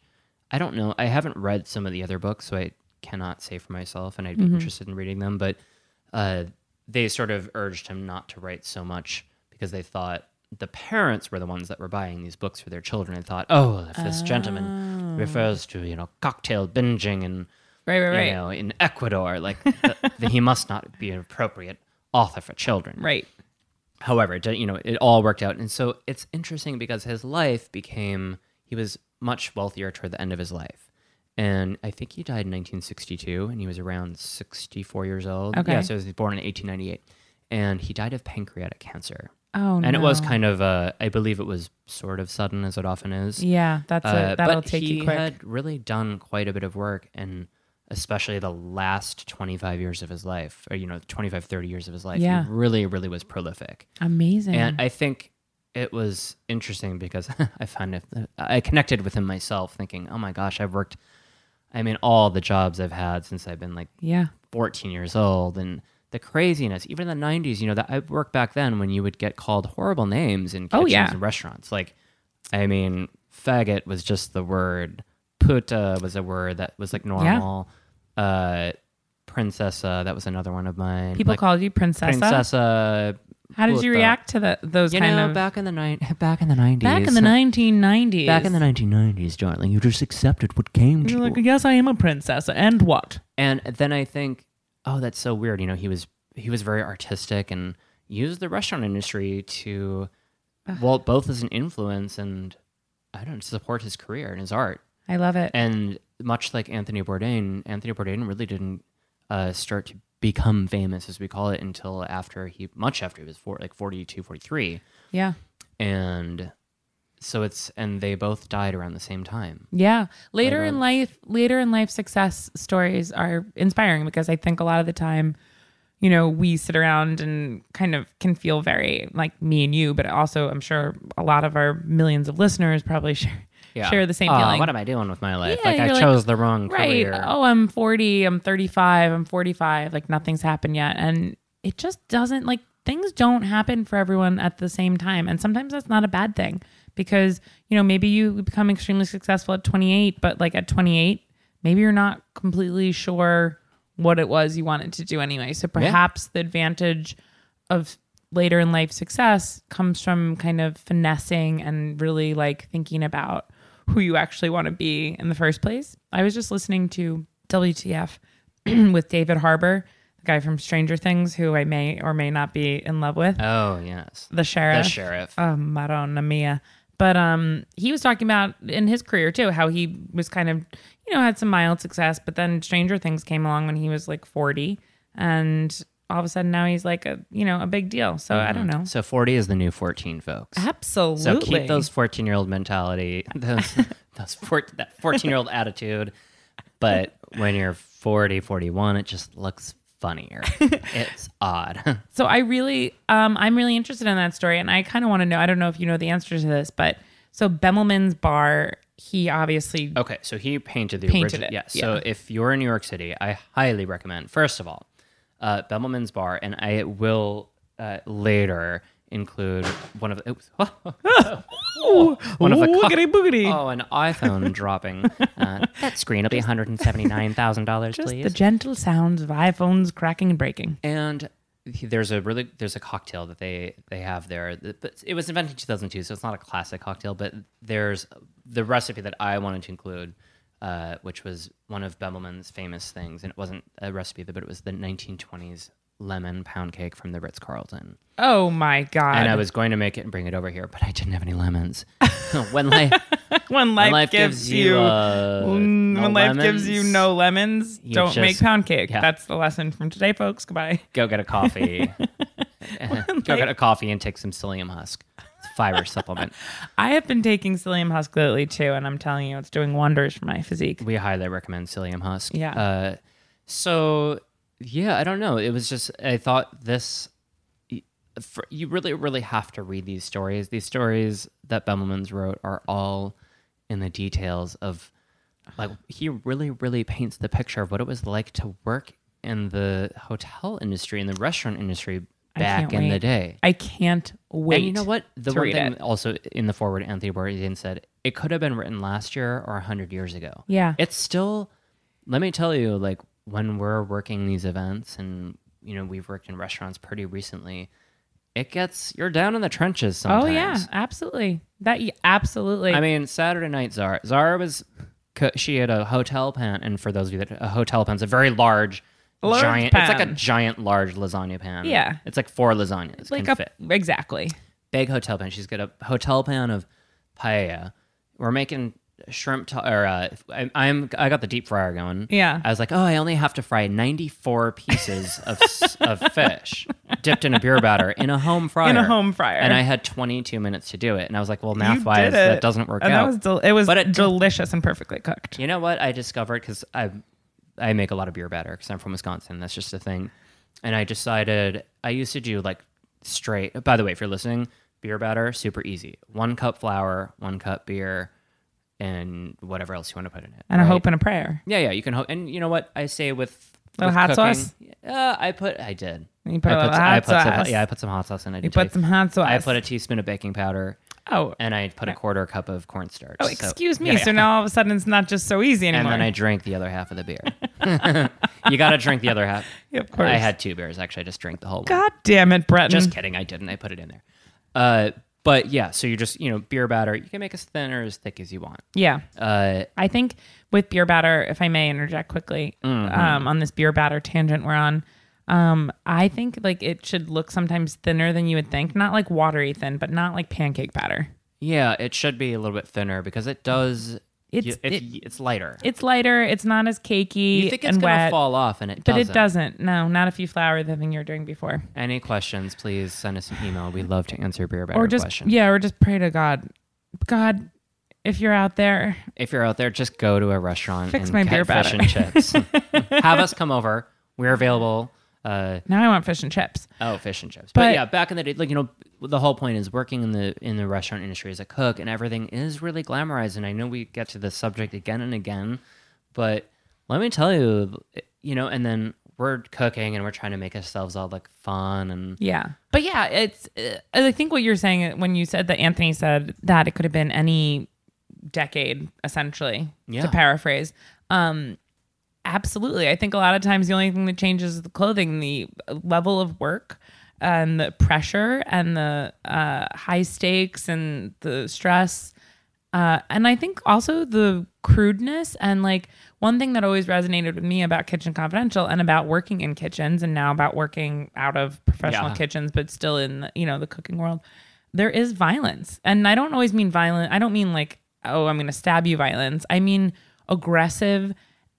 D: i don't know i haven't read some of the other books so i cannot say for myself and i'd be interested in reading them but uh, they sort of urged him not to write so much because they thought the parents were the ones that were buying these books for their children and thought oh if this gentleman refers to you know cocktail binging and
C: Right, right, right.
D: you know, in Ecuador, like the, the, he must not be an appropriate author for children.
C: Right.
D: However, it, did- you know, it all worked out, and so it's interesting because his life became he was much wealthier toward the end of his life, and I think he died in 1962, and he was around 64 years old. Yeah,
C: Okay.
D: so he was born in 1898, and he died of pancreatic cancer.
C: Oh,
D: and it was
C: no.
D: kind of, uh, I believe it was sort of sudden, as it often is.
C: Yeah, that's
D: Uh,
C: it. That'll
D: but
C: take
D: he
C: you quick.
D: had really done quite a bit of work, and especially the last 25 years of his life, or you know, 25, 30 years of his life,
C: Yeah.
D: he really, really was prolific.
C: Amazing.
D: And I think it was interesting because I found it, I connected with him myself, thinking, oh my gosh, I've worked, I mean, all the jobs I've had since I've been like
C: yeah.
D: 14 years old and the craziness, even in the 90s, you know, that I worked back then when you would get called horrible names in
C: Oh,
D: kitchens
C: yeah.
D: and restaurants. Like, I mean, faggot was just the word, puta was a word that was like normal. Uh, princessa, that was another one of mine.
C: People
D: like,
C: called you princessa.
D: princessa.
C: How did
D: puta.
C: you react to the, those
D: You
C: kind
D: know,
C: of
D: back in the ni- back in the nineties.
C: back in the 1990s?
D: Back in the nineteen nineties, darling, you just accepted what came to
C: You're
D: you.
C: like, yes, I am a princess. And what?
D: and then I think, oh, that's so weird. You know, he was he was very artistic and used the restaurant industry to, well, both as an influence and I don't know, support his career and his art.
C: I love it.
D: And much like Anthony Bourdain, Anthony Bourdain really didn't uh, start to become famous, as we call it, until after he, much after he was four, like 42, 43.
C: yeah.
D: and so it's and they both died around the same time
C: Yeah. Later in life, later in life success stories are inspiring because I think a lot of the time, you know, we sit around and kind of can feel very like me and you, but also I'm sure a lot of our millions of listeners probably share, share the same
D: "Aw,
C: feeling.
D: what am i doing with my life
C: Yeah,
D: like i
C: you're like,
D: chose the wrong
C: right.
D: career
C: Oh, I'm 40, I'm 35, I'm 45, like nothing's happened yet and it just doesn't like things don't happen for everyone at the same time and sometimes that's not a bad thing because, you know, maybe you become extremely successful at 28, but like at 28, maybe you're not completely sure what it was you wanted to do anyway. So perhaps the advantage of later in life success comes from kind of finessing and really like thinking about who you actually want to be in the first place. I was just listening to WTF with David Harbour, the guy from Stranger Things who I may or may not be in love with,
D: oh yes
C: the
D: the
C: sheriff.
D: sheriff
C: Oh, Madonna Mia. But um, he was talking about in his career too how he was kind of, you know, had some mild success, but then Stranger Things came along when he was like 40, and all of a sudden now he's like a, you know, a big deal. So I don't know.
D: so 40 is the new 14 folks
C: Absolutely.
D: Mm-hmm. so keep those 14 year old mentality those those 14 that 14 year old attitude but when you're 40 41 it just looks funnier it's odd
C: So I really, um, I'm really interested in that story, and I kind of want to know. I don't know if you know the answer to this, but so Bemelman's bar, he obviously
D: Okay, so he painted the
C: Painted
D: original.
C: it,
D: Yeah. So
C: yeah.
D: if you're in New York City, I highly recommend. First of all, uh, Bemelman's Bar, and I will uh, later include one of oops, one of the co-
C: boogity boogity,
D: oh an iPhone dropping uh, that screen. It'll be one hundred and seventy nine thousand dollars,
C: just
D: please.
C: the gentle sounds of iPhones cracking and breaking.
D: and he- there's a really there's a cocktail that they they have there that- but it was invented in 2002 so it's not a classic cocktail but there's the recipe that i wanted to include uh, which was one of bemelman's famous things and it wasn't a recipe but it was the 1920s lemon pound cake from the ritz-carlton
C: Oh my god!
D: and i was going to make it and bring it over here but i didn't have any lemons when life,
C: when life,
D: when life gives, you uh,
C: Mm,
D: no
C: when life gives you
D: lemons,
C: no lemons,
D: you
C: don't make
D: just-
C: pound cake.
D: yeah.
C: That's the lesson from today, folks. Goodbye.
D: go get a coffee go get a coffee and take some psyllium husk it's a fiber supplement
C: I have been taking psyllium husk lately too, and I'm telling you, it's doing wonders for my physique.
D: we highly recommend psyllium husk
C: Yeah.
D: uh, so yeah i don't know it was just i thought this for, you really really have to read these stories these stories that bemelmans wrote are all in the details of like he really really paints the picture of what it was like to work in the hotel industry and the restaurant industry back
C: can't
D: in the
C: wait.
D: day
C: I can't wait.
D: and you know what? The
C: to
D: one
C: read
D: thing
C: it.
D: also in the forward, Anthony Bourdain said it could have been written last year or hundred years ago.
C: Yeah.
D: it's still. Let me tell you, like when we're working these events, and you know we've worked in restaurants pretty recently, it gets you're down in the trenches
C: Oh
D: sometimes.
C: yeah, absolutely. That yeah, absolutely.
D: I mean, Saturday night Zara. Zara was co- she had a hotel pan, and for those of you that a hotel pan's a very large,
C: Large
D: giant. It's like a
C: pan.
D: giant large lasagna pan.
C: Yeah.
D: it's like four lasagnas
C: like
D: can
C: a,
D: fit.
C: exactly.
D: big hotel pan. She's got a hotel pan of paella. We're making shrimp to- or uh, I, I'm I got the deep fryer going.
C: Yeah.
D: I was like, oh, I only have to fry 94 pieces of s- of fish dipped in a beer batter in a home fryer.
C: In a home fryer.
D: And I had 22 minutes to do it, and I was like, well,
C: You
D: math wise,
C: did
D: that
C: it.
D: doesn't work
C: and
D: out.
C: That was del- it was
D: But it-
C: delicious and perfectly cooked.
D: You know what I discovered because I I make a lot of beer batter because I'm from Wisconsin. That's just a thing. And I decided I used to do like straight. By the way, if you're listening, beer batter super easy. One cup flour, one cup beer, and whatever else you want to put in it.
C: And a
D: right?
C: hope and a prayer.
D: Yeah, yeah. You can hope. And you know what I say with
C: Little
D: with
C: hot
D: cooking,
C: sauce?
D: Uh, I put. I did.
C: You put
D: I
C: a little
D: s- I
C: hot
D: put some-
C: sauce.
D: yeah, I put some hot sauce in it.
C: You put some hot sauce.
D: I put a teaspoon of baking powder,
C: oh,
D: and I put a quarter cup of cornstarch.
C: oh,
D: So-
C: excuse me.
D: Yeah, yeah.
C: So now all of a sudden it's not just so easy
D: and
C: anymore.
D: then I drank the other half of the beer. you got to drink the other half.
C: Yeah, of course.
D: I had two beers actually. I just drank the whole one.
C: God damn it, Breton.
D: Just kidding. I didn't. I put it in there. Uh, but yeah, so you just you know beer batter. You can make as thin or as thick as you want.
C: yeah.
D: Uh,
C: I think with beer batter, if I may interject quickly
D: Mm-hmm.
C: um, on this beer batter tangent we're on, um, I think like it should look sometimes thinner than you would think. Not like watery thin, but not like pancake batter.
D: yeah, it should be a little bit thinner because it does.
C: It's-
D: you- it's, it's lighter.
C: It's lighter. It's not as cakey
D: you think it's
C: and
D: gonna
C: wet,
D: fall off, and it
C: but
D: doesn't.
C: it doesn't. No, not if you flour the thing you were doing before,
D: Any questions? Please send us an email. We love to answer beer batter
C: or just
D: questions.
C: yeah, or just pray to God. God, if you're out there,
D: If you're out there, just go to a restaurant
C: Fix
D: and
C: my
D: get
C: beer
D: fish
C: batter.
D: and chips. Have us come over. We're available. Uh,
C: now I want fish and chips.
D: Oh, fish and chips. But,
C: But-
D: yeah, back in the day, like you know, the whole point is working in the in the restaurant industry as a cook, and everything is really glamorized. And I know we get to this subject again and again, but let me tell you, you know, and then we're cooking and we're trying to make ourselves all look fun and
C: Yeah. But yeah, it's, uh, I think what you're saying when you said that Anthony said that it could have been any decade, essentially,
D: Yeah.
C: to paraphrase. Um, absolutely. I think a lot of times the only thing that changes is the clothing, the level of work and the pressure and the uh, high stakes and the stress. Uh, and I think also the crudeness and like one thing that always resonated with me about Kitchen Confidential and about working in kitchens and now about working out of professional
D: Yeah.
C: kitchens, but still in the, you know the cooking world, there is violence, and I don't always mean violent. I don't mean like oh I'm gonna stab you violence. I mean aggressive,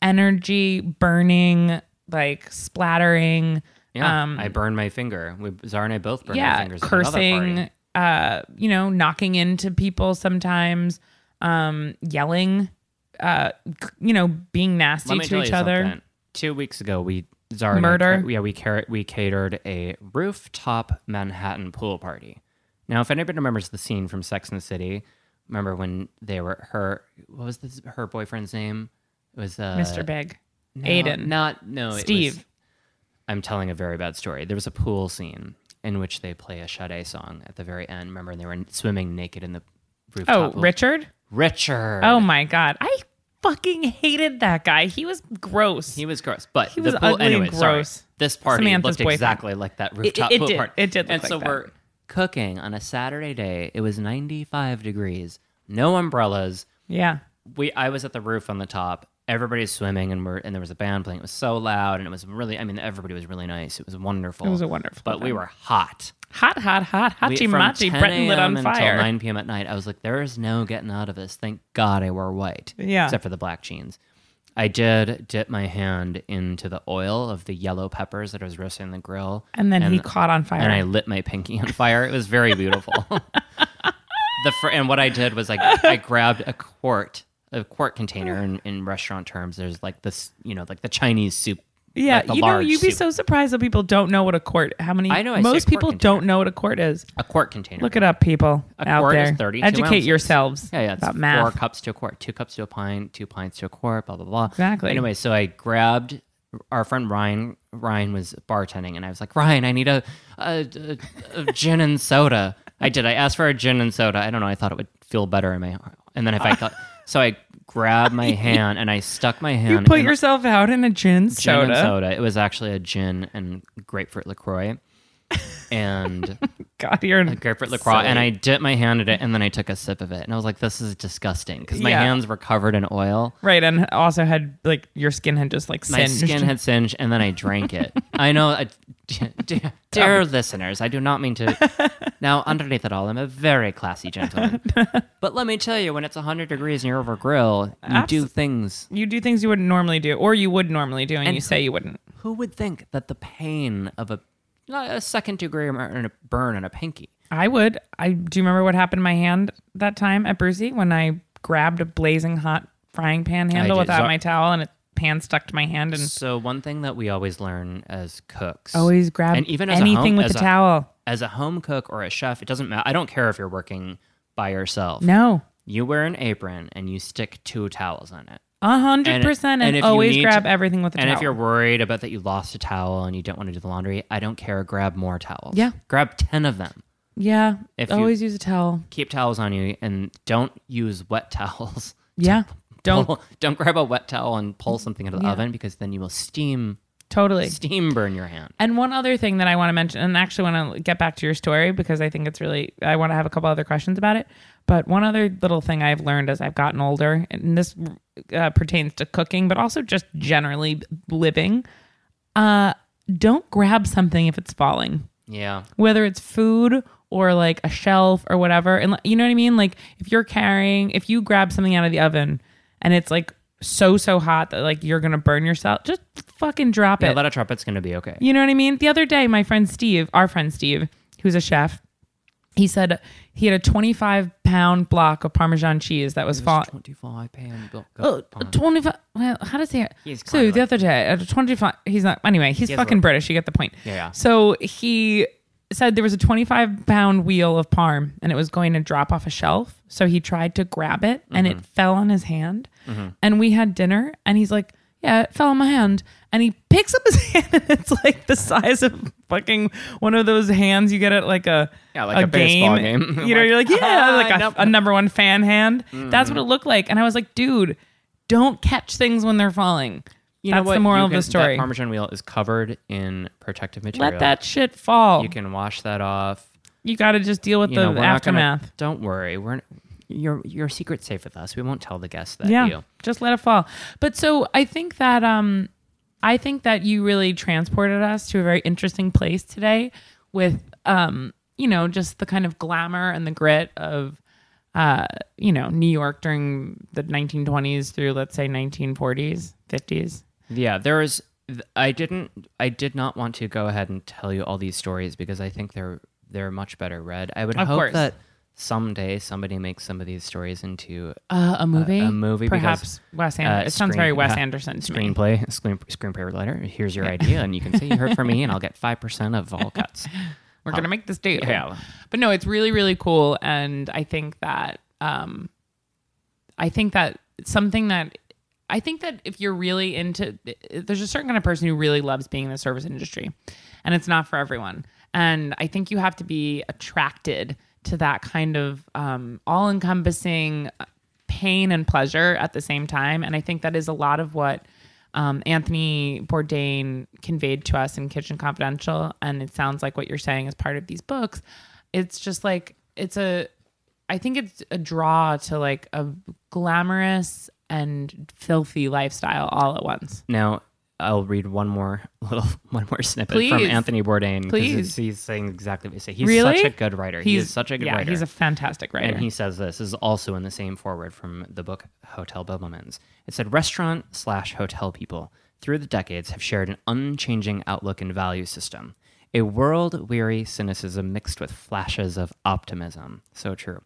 C: energy burning, like splattering.
D: yeah, I burned my finger. We Zara and I both burned our
C: Um, yeah,
D: fingers. at another
C: cursing.
D: party.
C: Uh, you know, knocking into people sometimes, um, yelling. Uh, c- you know, being nasty
D: Let me
C: to
D: tell
C: each
D: you
C: other.
D: something. Two weeks ago, we Zara and I
C: Murder.
D: ca- yeah, we car- we catered a rooftop Manhattan pool party. Now, if anybody remembers the scene from Sex and the City, remember when they were her? What was this, her boyfriend's name? It was uh,
C: Mr. Big,
D: no,
C: Aiden,
D: Not no. it was-
C: Steve.
D: I'm telling a very bad story. There was a pool scene in which they play a Sade song at the very end. Remember, and they were swimming naked in the rooftop.
C: Oh,
D: pool.
C: Richard.
D: Richard.
C: Oh my god, I fucking hated that guy. He was gross.
D: He was gross, but
C: He
D: the
C: was
D: pool,
C: ugly and
D: anyway, sorry.
C: gross.
D: This party
C: Samantha's
D: looked
C: boyfriend.
D: exactly like that rooftop
C: it
D: pool
C: did.
D: party.
C: It did look
D: and
C: like
D: so
C: that.
D: we're cooking on a Saturday day. It was 95 degrees, no umbrellas.
C: yeah.
D: We I was at the roof on the top. Everybody's swimming, and we're and there was a band playing. It was so loud, and it was really. I mean, everybody was really nice. It was wonderful.
C: It was a wonderful
D: But we
C: event.
D: were hot.
C: Hot, hot, hot,
D: We-
C: hotchi
D: from
C: machi,
D: 10
C: Breton lit
D: a.m.
C: on fire.
D: Until 9 p.m. at night, I was like, there is no getting out of this. Thank God I wore white.
C: Yeah.
D: Except for the black jeans. I did dip my hand into the oil of the yellow peppers that I was roasting on the grill.
C: And then he caught on fire.
D: And I lit my pinky on fire. It was very beautiful. the fir- And what I did was like, I grabbed a quart, a quart container in, in restaurant terms. There's like this, you know, like the Chinese soup.
C: yeah,
D: like the
C: you know,
D: large
C: you'd be
D: soup.
C: so surprised that people don't know what a quart. How many?
D: I know, I say
C: most
D: quart
C: people
D: container.
C: don't know what a quart is.
D: A quart container.
C: Look it up, people out
D: quart is
C: there.
D: 32
C: Educate
D: ounces.
C: yourselves.
D: Yeah, yeah. It's
C: about
D: Four
C: math.
D: cups to a quart, two cups to a pint, two pints to a quart, blah blah blah.
C: Exactly.
D: Anyway, so I grabbed our friend Ryan. Ryan was bartending, and I was like, Ryan, I need a a, a, a gin and soda. I did. I asked for a gin and soda. I don't know. I thought it would feel better in my. And then if I thought, so I grabbed my hand and I stuck my
C: you
D: hand.
C: put
D: in
C: yourself out in a gin
D: gin
C: soda.
D: and soda. It was actually a gin and grapefruit Lacroix. And
C: God, you're
D: a grapefruit LaCroix, and I dipped my hand in it, and then I took a sip of it, and I was like, "This is disgusting," because my
C: Yeah.
D: hands were covered in oil.
C: right, and also had like your skin had just like
D: My
C: singed.
D: skin had singed, and then I drank it. I know I Dear- dear, dear listeners, I do not mean to. Now, underneath it all, I'm a very classy gentleman. but let me tell you, when it's 100 degrees and you're over grill, you do things.
C: You do things you wouldn't normally do, or you would normally do, and, you say you wouldn't.
D: Who would think that the pain of a not a second degree mur- burn on a pinky?
C: I would. I do you remember what happened to my hand that time at Brucey when I grabbed a blazing hot frying pan handle
D: do.
C: without
D: So-
C: my towel and it pan stuck to my hand and
D: So one thing that we always learn as cooks,
C: always grab
D: and even as a
C: anything
D: home-
C: with
D: as
C: the
D: a-
C: towel.
D: as a home cook or a chef, it doesn't matter. I don't care if you're working by yourself.
C: No.
D: You wear an apron and you stick two towels on it.
C: A hundred
D: And-
C: percent
D: and
C: and
D: if you
C: always
D: need
C: grab
D: to-
C: everything with the
D: and
C: towel.
D: if you're worried about that you lost a towel and you don't want to do the laundry, I don't care. Grab more towels.
C: Yeah.
D: Grab 10 of them.
C: yeah.
D: if you-
C: always use a towel.
D: Keep towels on you and don't use wet towels.
C: Yeah. Don't
D: Pull- don't grab a wet towel and pull something out of the oven because then you will steam
C: totally.
D: steam burn your hand.
C: And one other thing that I want to mention, and actually want to get back to your story because I think it's really, I want to have a couple other questions about it. But one other little thing I've learned as I've gotten older, and this uh, pertains to cooking, but also just generally living, uh, don't grab something if it's falling,
D: Yeah.
C: whether it's food or like a shelf or whatever. And like, you know what I mean? Like if you're carrying, if you grab something out of the oven and it's like so, so hot that like you're going to burn yourself, just fucking drop
D: Yeah,
C: it.
D: let it drop. It's going to be okay.
C: You know what I mean? The other day, my friend Steve, our friend Steve, who's a chef, he said he had a 25 pound block of Parmesan cheese that was falling.
D: 25 pound block.
C: Oh, 25. Well, how does he?
D: He's
C: so
D: kind of
C: the
D: like-
C: other day, at 25, he's not. Anyway, he's
D: has
C: fucking
D: a-
C: British. You get the point.
D: Yeah, yeah.
C: So he said there was a 25 pound wheel of Parm and it was going to drop off a shelf. So he tried to grab it and
D: Mm-hmm.
C: it fell on his hand. And we had dinner and he's like, yeah, it fell on my hand. And he picks up his hand and it's like the size of fucking one of those hands you get at like a
D: Yeah, like a baseball game.
C: You know, you're like, "Ah, Mm-hmm. yeah, like a,
D: nope.
C: a number one fan hand. That's what it looked like. And I was like, dude, don't catch things when they're falling.
D: You
C: That's
D: know what?
C: the moral
D: You
C: of
D: can-
C: the story.
D: That Parmesan wheel is covered in protective material.
C: Let that shit fall.
D: You can wash that off.
C: You got to just deal with
D: You
C: the
D: know, we're not gonna-
C: aftermath.
D: don't worry. We're your your secret's safe with us. We won't tell the guests that
C: yeah,
D: you.
C: just let it fall. But so I think that um, I think that you really transported us to a very interesting place today with um, you know, just the kind of glamour and the grit of uh, you know, New York during the 1920s through let's say 1940s, 50s.
D: Yeah, there is. th- I didn't. I did not want to go ahead and tell you all these stories because I think they're they're much better read. I would
C: Of
D: hope
C: course.
D: that someday somebody makes some of these stories into
C: Uh, a movie,
D: a movie because,
C: perhaps Wes
D: uh,
C: Anderson. it sounds very
D: screen-
C: Wes
D: uh,
C: Anderson to me.
D: screenplay, screen, screenplay letter. Here's your idea, and you can say you heard from me, and I'll get five percent of all cuts.
C: We're gonna make this deal.
D: Yeah.
C: But no, it's really, really cool. And I think that um I think that something that I think that if you're really into there's a certain kind of person who really loves being in the service industry and it's not for everyone. And I think you have to be attracted to that kind of um all encompassing pain and pleasure at the same time. And I think that is a lot of what um, Anthony Bourdain conveyed to us in Kitchen Confidential, and it sounds like what you're saying is part of these books. It's just like it's a, I think it's a draw to like a glamorous and filthy lifestyle all at once.
D: Now I'll read one more little one more snippet from
C: Please.
D: Anthony Bourdain
C: Please.
D: because he's saying exactly what you say. He's
C: Really?
D: such a good writer. he is such a good
C: yeah,
D: writer.
C: He's a fantastic writer.
D: and he says this, this is also in the same foreword from the book Hotel Bubblemanes. It said restaurant slash hotel people through the decades have shared an unchanging outlook and value system. A world weary cynicism mixed with flashes of optimism. So true.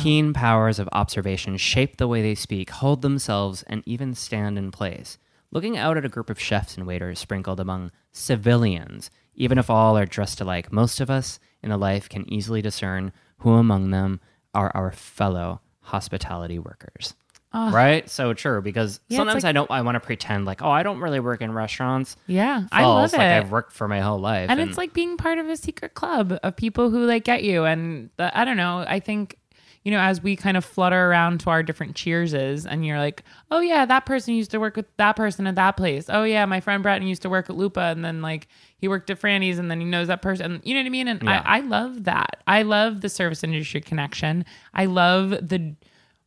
D: Keen powers of observation shape the way they speak, hold themselves, and even stand in place. Looking out at a group of chefs and waiters sprinkled among civilians, even if all are dressed alike, most of us in the life can easily discern who among them are our fellow hospitality workers. Right? So true. Because
C: Ah. Yeah, it's
D: sometimes
C: like-
D: I don't I want to pretend like, oh, I don't really work in restaurants.
C: yeah, I
D: False,
C: love it.
D: like I've worked for my whole life.
C: and it's like being part of a secret club of people who like get you and the, i don't know i think you know as we kind of flutter around to our different cheerses and you're like oh yeah that person used to work with that person at that place oh yeah my friend bratton used to work at lupa and then like he worked at franny's and then he knows that person you know what i mean and I, I love that i love the service industry connection i love the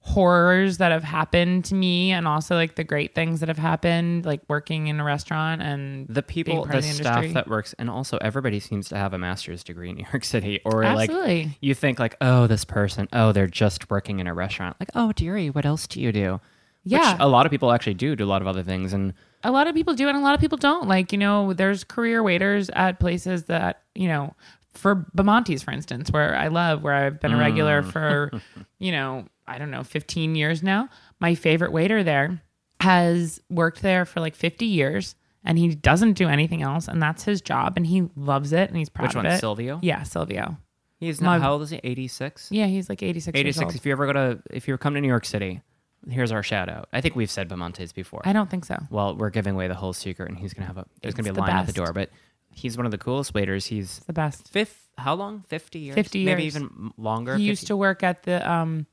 C: horrors that have happened to me and also like the great things that have happened like working in a restaurant and
D: the
C: being
D: people,
C: part
D: the,
C: of the
D: staff
C: industry.
D: that works, and also everybody seems to have a master's degree in New York City, or like
C: Absolutely.
D: you think like, oh, this person, oh, they're just working in a restaurant. Like, oh, dearie, what else do you do?
C: Yeah.
D: Which a lot of people actually do do a lot of other things, and
C: a lot of people do and a lot of people don't like you know there's career waiters at places that you know for Bamontes, for instance where i love where i've been a regular
D: Mm.
C: for you know i don't know 15 years now my favorite waiter there has worked there for like 50 years and he doesn't do anything else and that's his job and he loves it and he's proud
D: Which
C: of
D: one,
C: it
D: Silvio?
C: yeah silvio
D: he's
C: My-
D: not how old is he? Eighty six.
C: yeah he's like 86
D: Eighty
C: years
D: six.
C: old.
D: If you ever go to, if you come to New York City, here's our shout out. I think we've said Bamontes before.
C: i don't think so
D: well, we're giving away the whole secret, and he's gonna have a there's gonna be a
C: It's the
D: line at the
C: best.
D: door. But he's one of the coolest waiters. He's
C: the best
D: fifth. How long? Fifty years.
C: 50
D: Maybe
C: years.
D: even m- longer.
C: he
D: 50
C: used to work at the um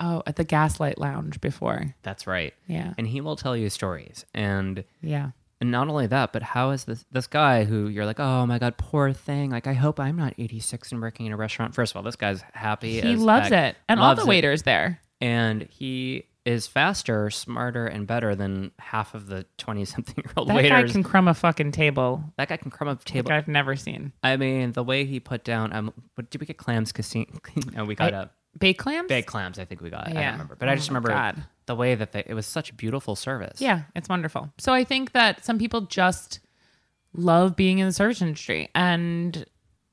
C: oh at the gaslight lounge before
D: That's right.
C: Yeah.
D: And he will tell you stories. And
C: yeah
D: and not only that, but how is this this guy who you're like, oh my god, poor thing. Like I hope I'm not 86 and working in a restaurant. First of all, this guy's happy.
C: He
D: as
C: loves
D: heck.
C: it. And all
D: Loves
C: the
D: it.
C: waiters there.
D: And he is faster, smarter, and better than half of the 20 something year old
C: That
D: waiters.
C: guy can crumb a fucking table
D: that guy can crumb up
C: like
D: table.
C: I've never seen.
D: I mean, the way he put down. Um, what did we get? Clams casino. no, we got
C: I-
D: a
C: Baked clams?
D: big clams. I think we got. I
C: Yeah.
D: don't remember, but I
C: Oh
D: just
C: my
D: remember
C: God.
D: the way that they. It was such beautiful service.
C: Yeah, it's wonderful. So I think that some people just love being in the service industry. And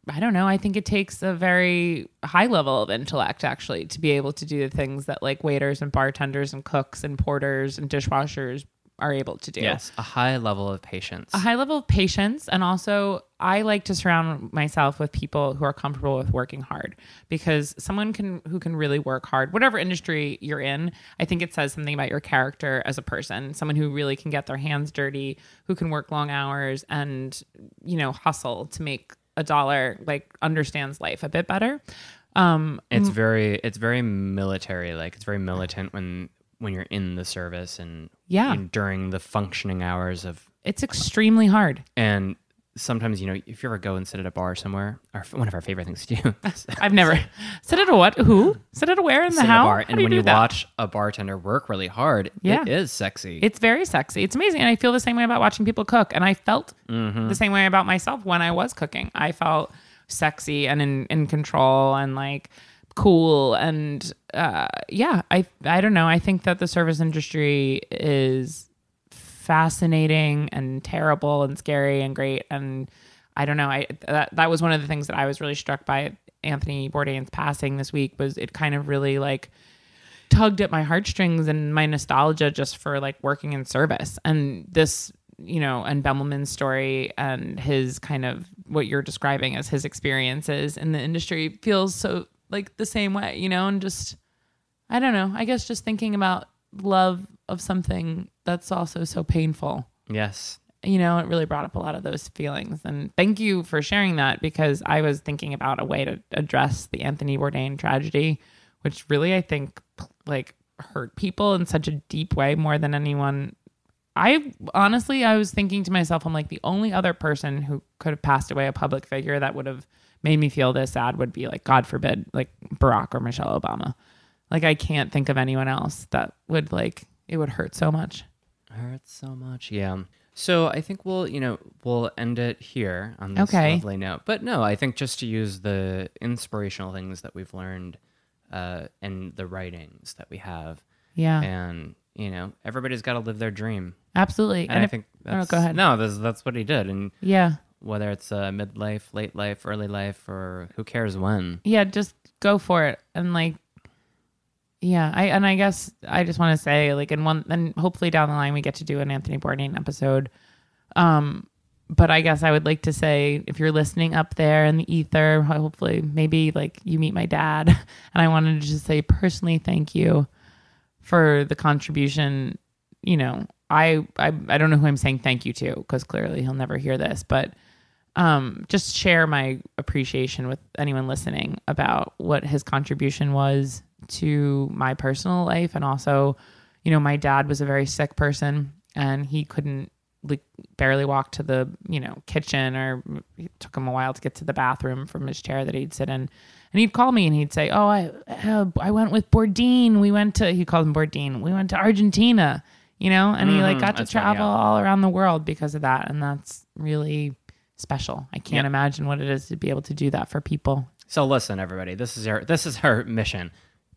C: I don't know, I think it takes a very high level of intellect actually to be able to do the things that like waiters and bartenders and cooks and porters and dishwashers are able to do.
D: Yes, a high level of patience.
C: a high level of patience and also i like to surround myself with people who are comfortable with working hard because someone can who can really work hard whatever industry you're in i think it says something about your character as a person someone who really can get their hands dirty who can work long hours and you know hustle to make a dollar like understands life a bit better um
D: it's very it's very military like it's very militant when when you're in the service and
C: Yeah.
D: and during the functioning hours of
C: it's extremely hard
D: and sometimes you know if you ever go and sit at a bar somewhere our, one of our favorite things to do is sit
C: i've never sit at a what who sit at a where in the
D: at a
C: how,
D: bar
C: How do
D: and when
C: do
D: you
C: that?
D: watch a bartender work really hard
C: Yeah.
D: it is sexy
C: It's very sexy. It's amazing. And I feel the same way about watching people cook. And I felt the same way about myself when I was cooking. I felt sexy and in, in control and like cool. And uh, yeah, I, I don't know. I think that the service industry is fascinating and terrible and scary and great. And I don't know. I that, that was one of the things that I was really struck by at Anthony Bourdain's passing this week was it kind of really like tugged at my heartstrings and my nostalgia just for like working in service and this you know and Bemelman's story and his kind of what you're describing as his experiences in the industry feels so like the same way you know and just I don't know I guess just thinking about love of something that's also so painful
D: yes
C: you know, it really brought up a lot of those feelings. And thank you for sharing that because I was thinking about a way to address the Anthony Bourdain tragedy, which really I think like hurt people in such a deep way more than anyone. I honestly, I was thinking to myself, I'm like, the only other person who could have passed away, a public figure that would have made me feel this sad would be like, God forbid, like Barack or Michelle Obama. Like, I can't think of anyone else that would like, it would hurt so much.
D: hurts so much. Yeah. So I think we'll, you know, we'll end it here on this
C: Okay.
D: lovely note. But no, I think just to use the inspirational things that we've learned uh, and the writings that we have,
C: Yeah.
D: and you know, everybody's got to live their dream.
C: Absolutely.
D: And, I
C: if-
D: think
C: oh,
D: that's,
C: go ahead.
D: No, that's, that's what he did, and
C: Yeah.
D: whether it's uh, midlife, late life, early life, or who cares when.
C: Yeah, just go for it and like yeah, I and I guess I just want to say like in one and hopefully down the line we get to do an Anthony Bourdain episode. Um but I guess I would like to say if you're listening up there in the ether, hopefully maybe like you meet my dad and I wanted to just say personally thank you for the contribution you know I, I i don't know who i'm saying thank you to because clearly he'll never hear this but um just share my appreciation with anyone listening about what his contribution was to my personal life and also you know my dad was a very sick person and he couldn't like barely walk to the you know kitchen or it took him a while to get to the bathroom from his chair that he'd sit in And he'd call me and he'd say, "Oh, I uh, I went with Bourdine. We went to he called him Bourdine. We went to Argentina, you know." And he like got to
D: Mm, that's right,
C: travel
D: yeah.
C: all around the world because of that, and that's really special. I can't imagine what it is to be able to do that for people.
D: So listen, everybody, this is our this is our mission.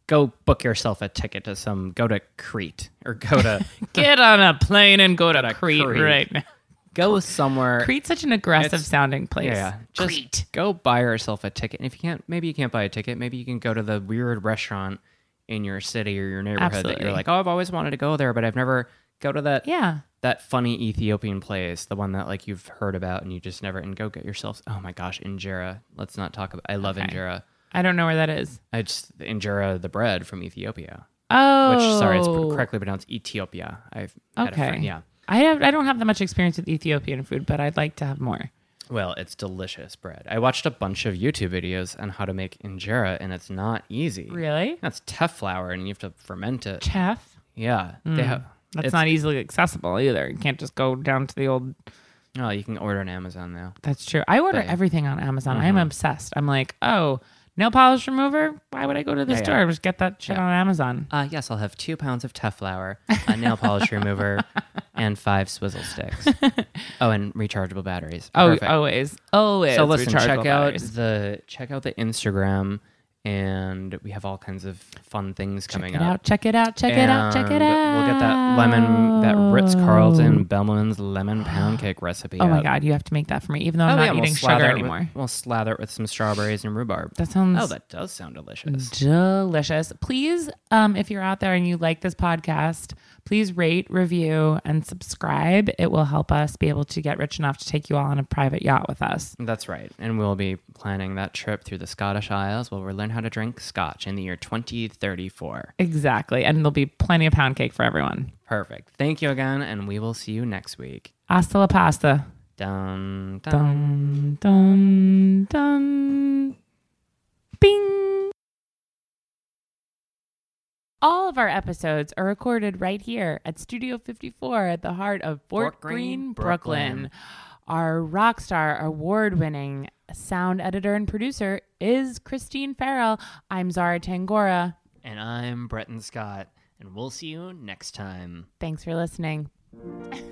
D: Go book yourself a ticket to some. Go to Crete or go to
C: Get on a plane and go to Crete,
D: Crete.
C: right now.
D: go somewhere.
C: Crete's such an aggressive sounding place.
D: Yeah, yeah. Just
C: Crete.
D: go buy yourself a ticket. And if you can't, maybe you can't buy a ticket. Maybe you can go to the weird restaurant in your city or your neighborhood that
C: Absolutely.
D: you're like, oh, I've always wanted to go there, but I've never go to that.
C: Yeah.
D: That funny Ethiopian place, the one that like you've heard about and you just never and go get yourself. Oh my gosh, injera. Let's not talk about. I love injera.
C: I don't know where that is.
D: I just injera the bread from Ethiopia.
C: Oh,
D: Which sorry, it's pr- correctly pronounced Ethiopia. I've had a
C: Okay.
D: friend, yeah.
C: Oh. I have. I don't have that much experience with Ethiopian food, but I'd like to have more.
D: Well, it's delicious bread. I watched a bunch of YouTube videos on how to make injera, and it's not easy.
C: Really?
D: That's tough flour, and you have to ferment it.
C: Chaff.
D: Yeah, they have.
C: That's
D: it's-
C: not easily accessible either. You can't just go down to the old.
D: Oh, you can order on Amazon now.
C: That's true. I order everything on Amazon. I'm obsessed. I'm like, oh, nail polish remover. Why would I go to the store? Just get that shit on Amazon.
D: Uh, yes, I'll have two pounds of tough flour, a nail polish remover, and five swizzle sticks. Oh, and rechargeable batteries.
C: Oh,
D: Perfect.
C: always, always.
D: so listen, check
C: rechargeable
D: out
C: batteries.
D: the check out the Instagram, and we have all kinds of fun things coming
C: Check it
D: up.
C: out. Check it out. Check it out. Check it
D: And
C: out.
D: We'll get that lemon, that Ritz Carlton Bellman's lemon pound cake recipe.
C: Oh my
D: up.
C: god, you have to make that for me, even though
D: Oh,
C: I'm
D: yeah,
C: not
D: we'll
C: eating
D: slather
C: sugar
D: it with-
C: anymore.
D: we'll slather it with some strawberries and rhubarb.
C: That sounds
D: oh, that does sound delicious.
C: delicious. Please, um, if you're out there and you like this podcast, please rate, review, and subscribe. It will help us be able to get rich enough to take you all on a private yacht with us.
D: That's right. And we'll be planning that trip through the Scottish Isles where we'll learn how to drink scotch in the year 2034.
C: Exactly. And there'll be plenty of pound cake for everyone.
D: Perfect. Thank you again, and we will see you next week.
C: Hasta la pasta.
D: Dun, dun.
C: Dun, dun, dun. Bing. All of our episodes are recorded right here at Studio 54 at the heart of Fort,
D: Fort
C: Greene,
D: Greene,
C: Brooklyn.
D: Brooklyn.
C: Our rock star, award winning sound editor and producer is Christine Farrell. I'm Zara Tangora.
D: And I'm Breton Scott, and we'll see you next time.
C: Thanks for listening.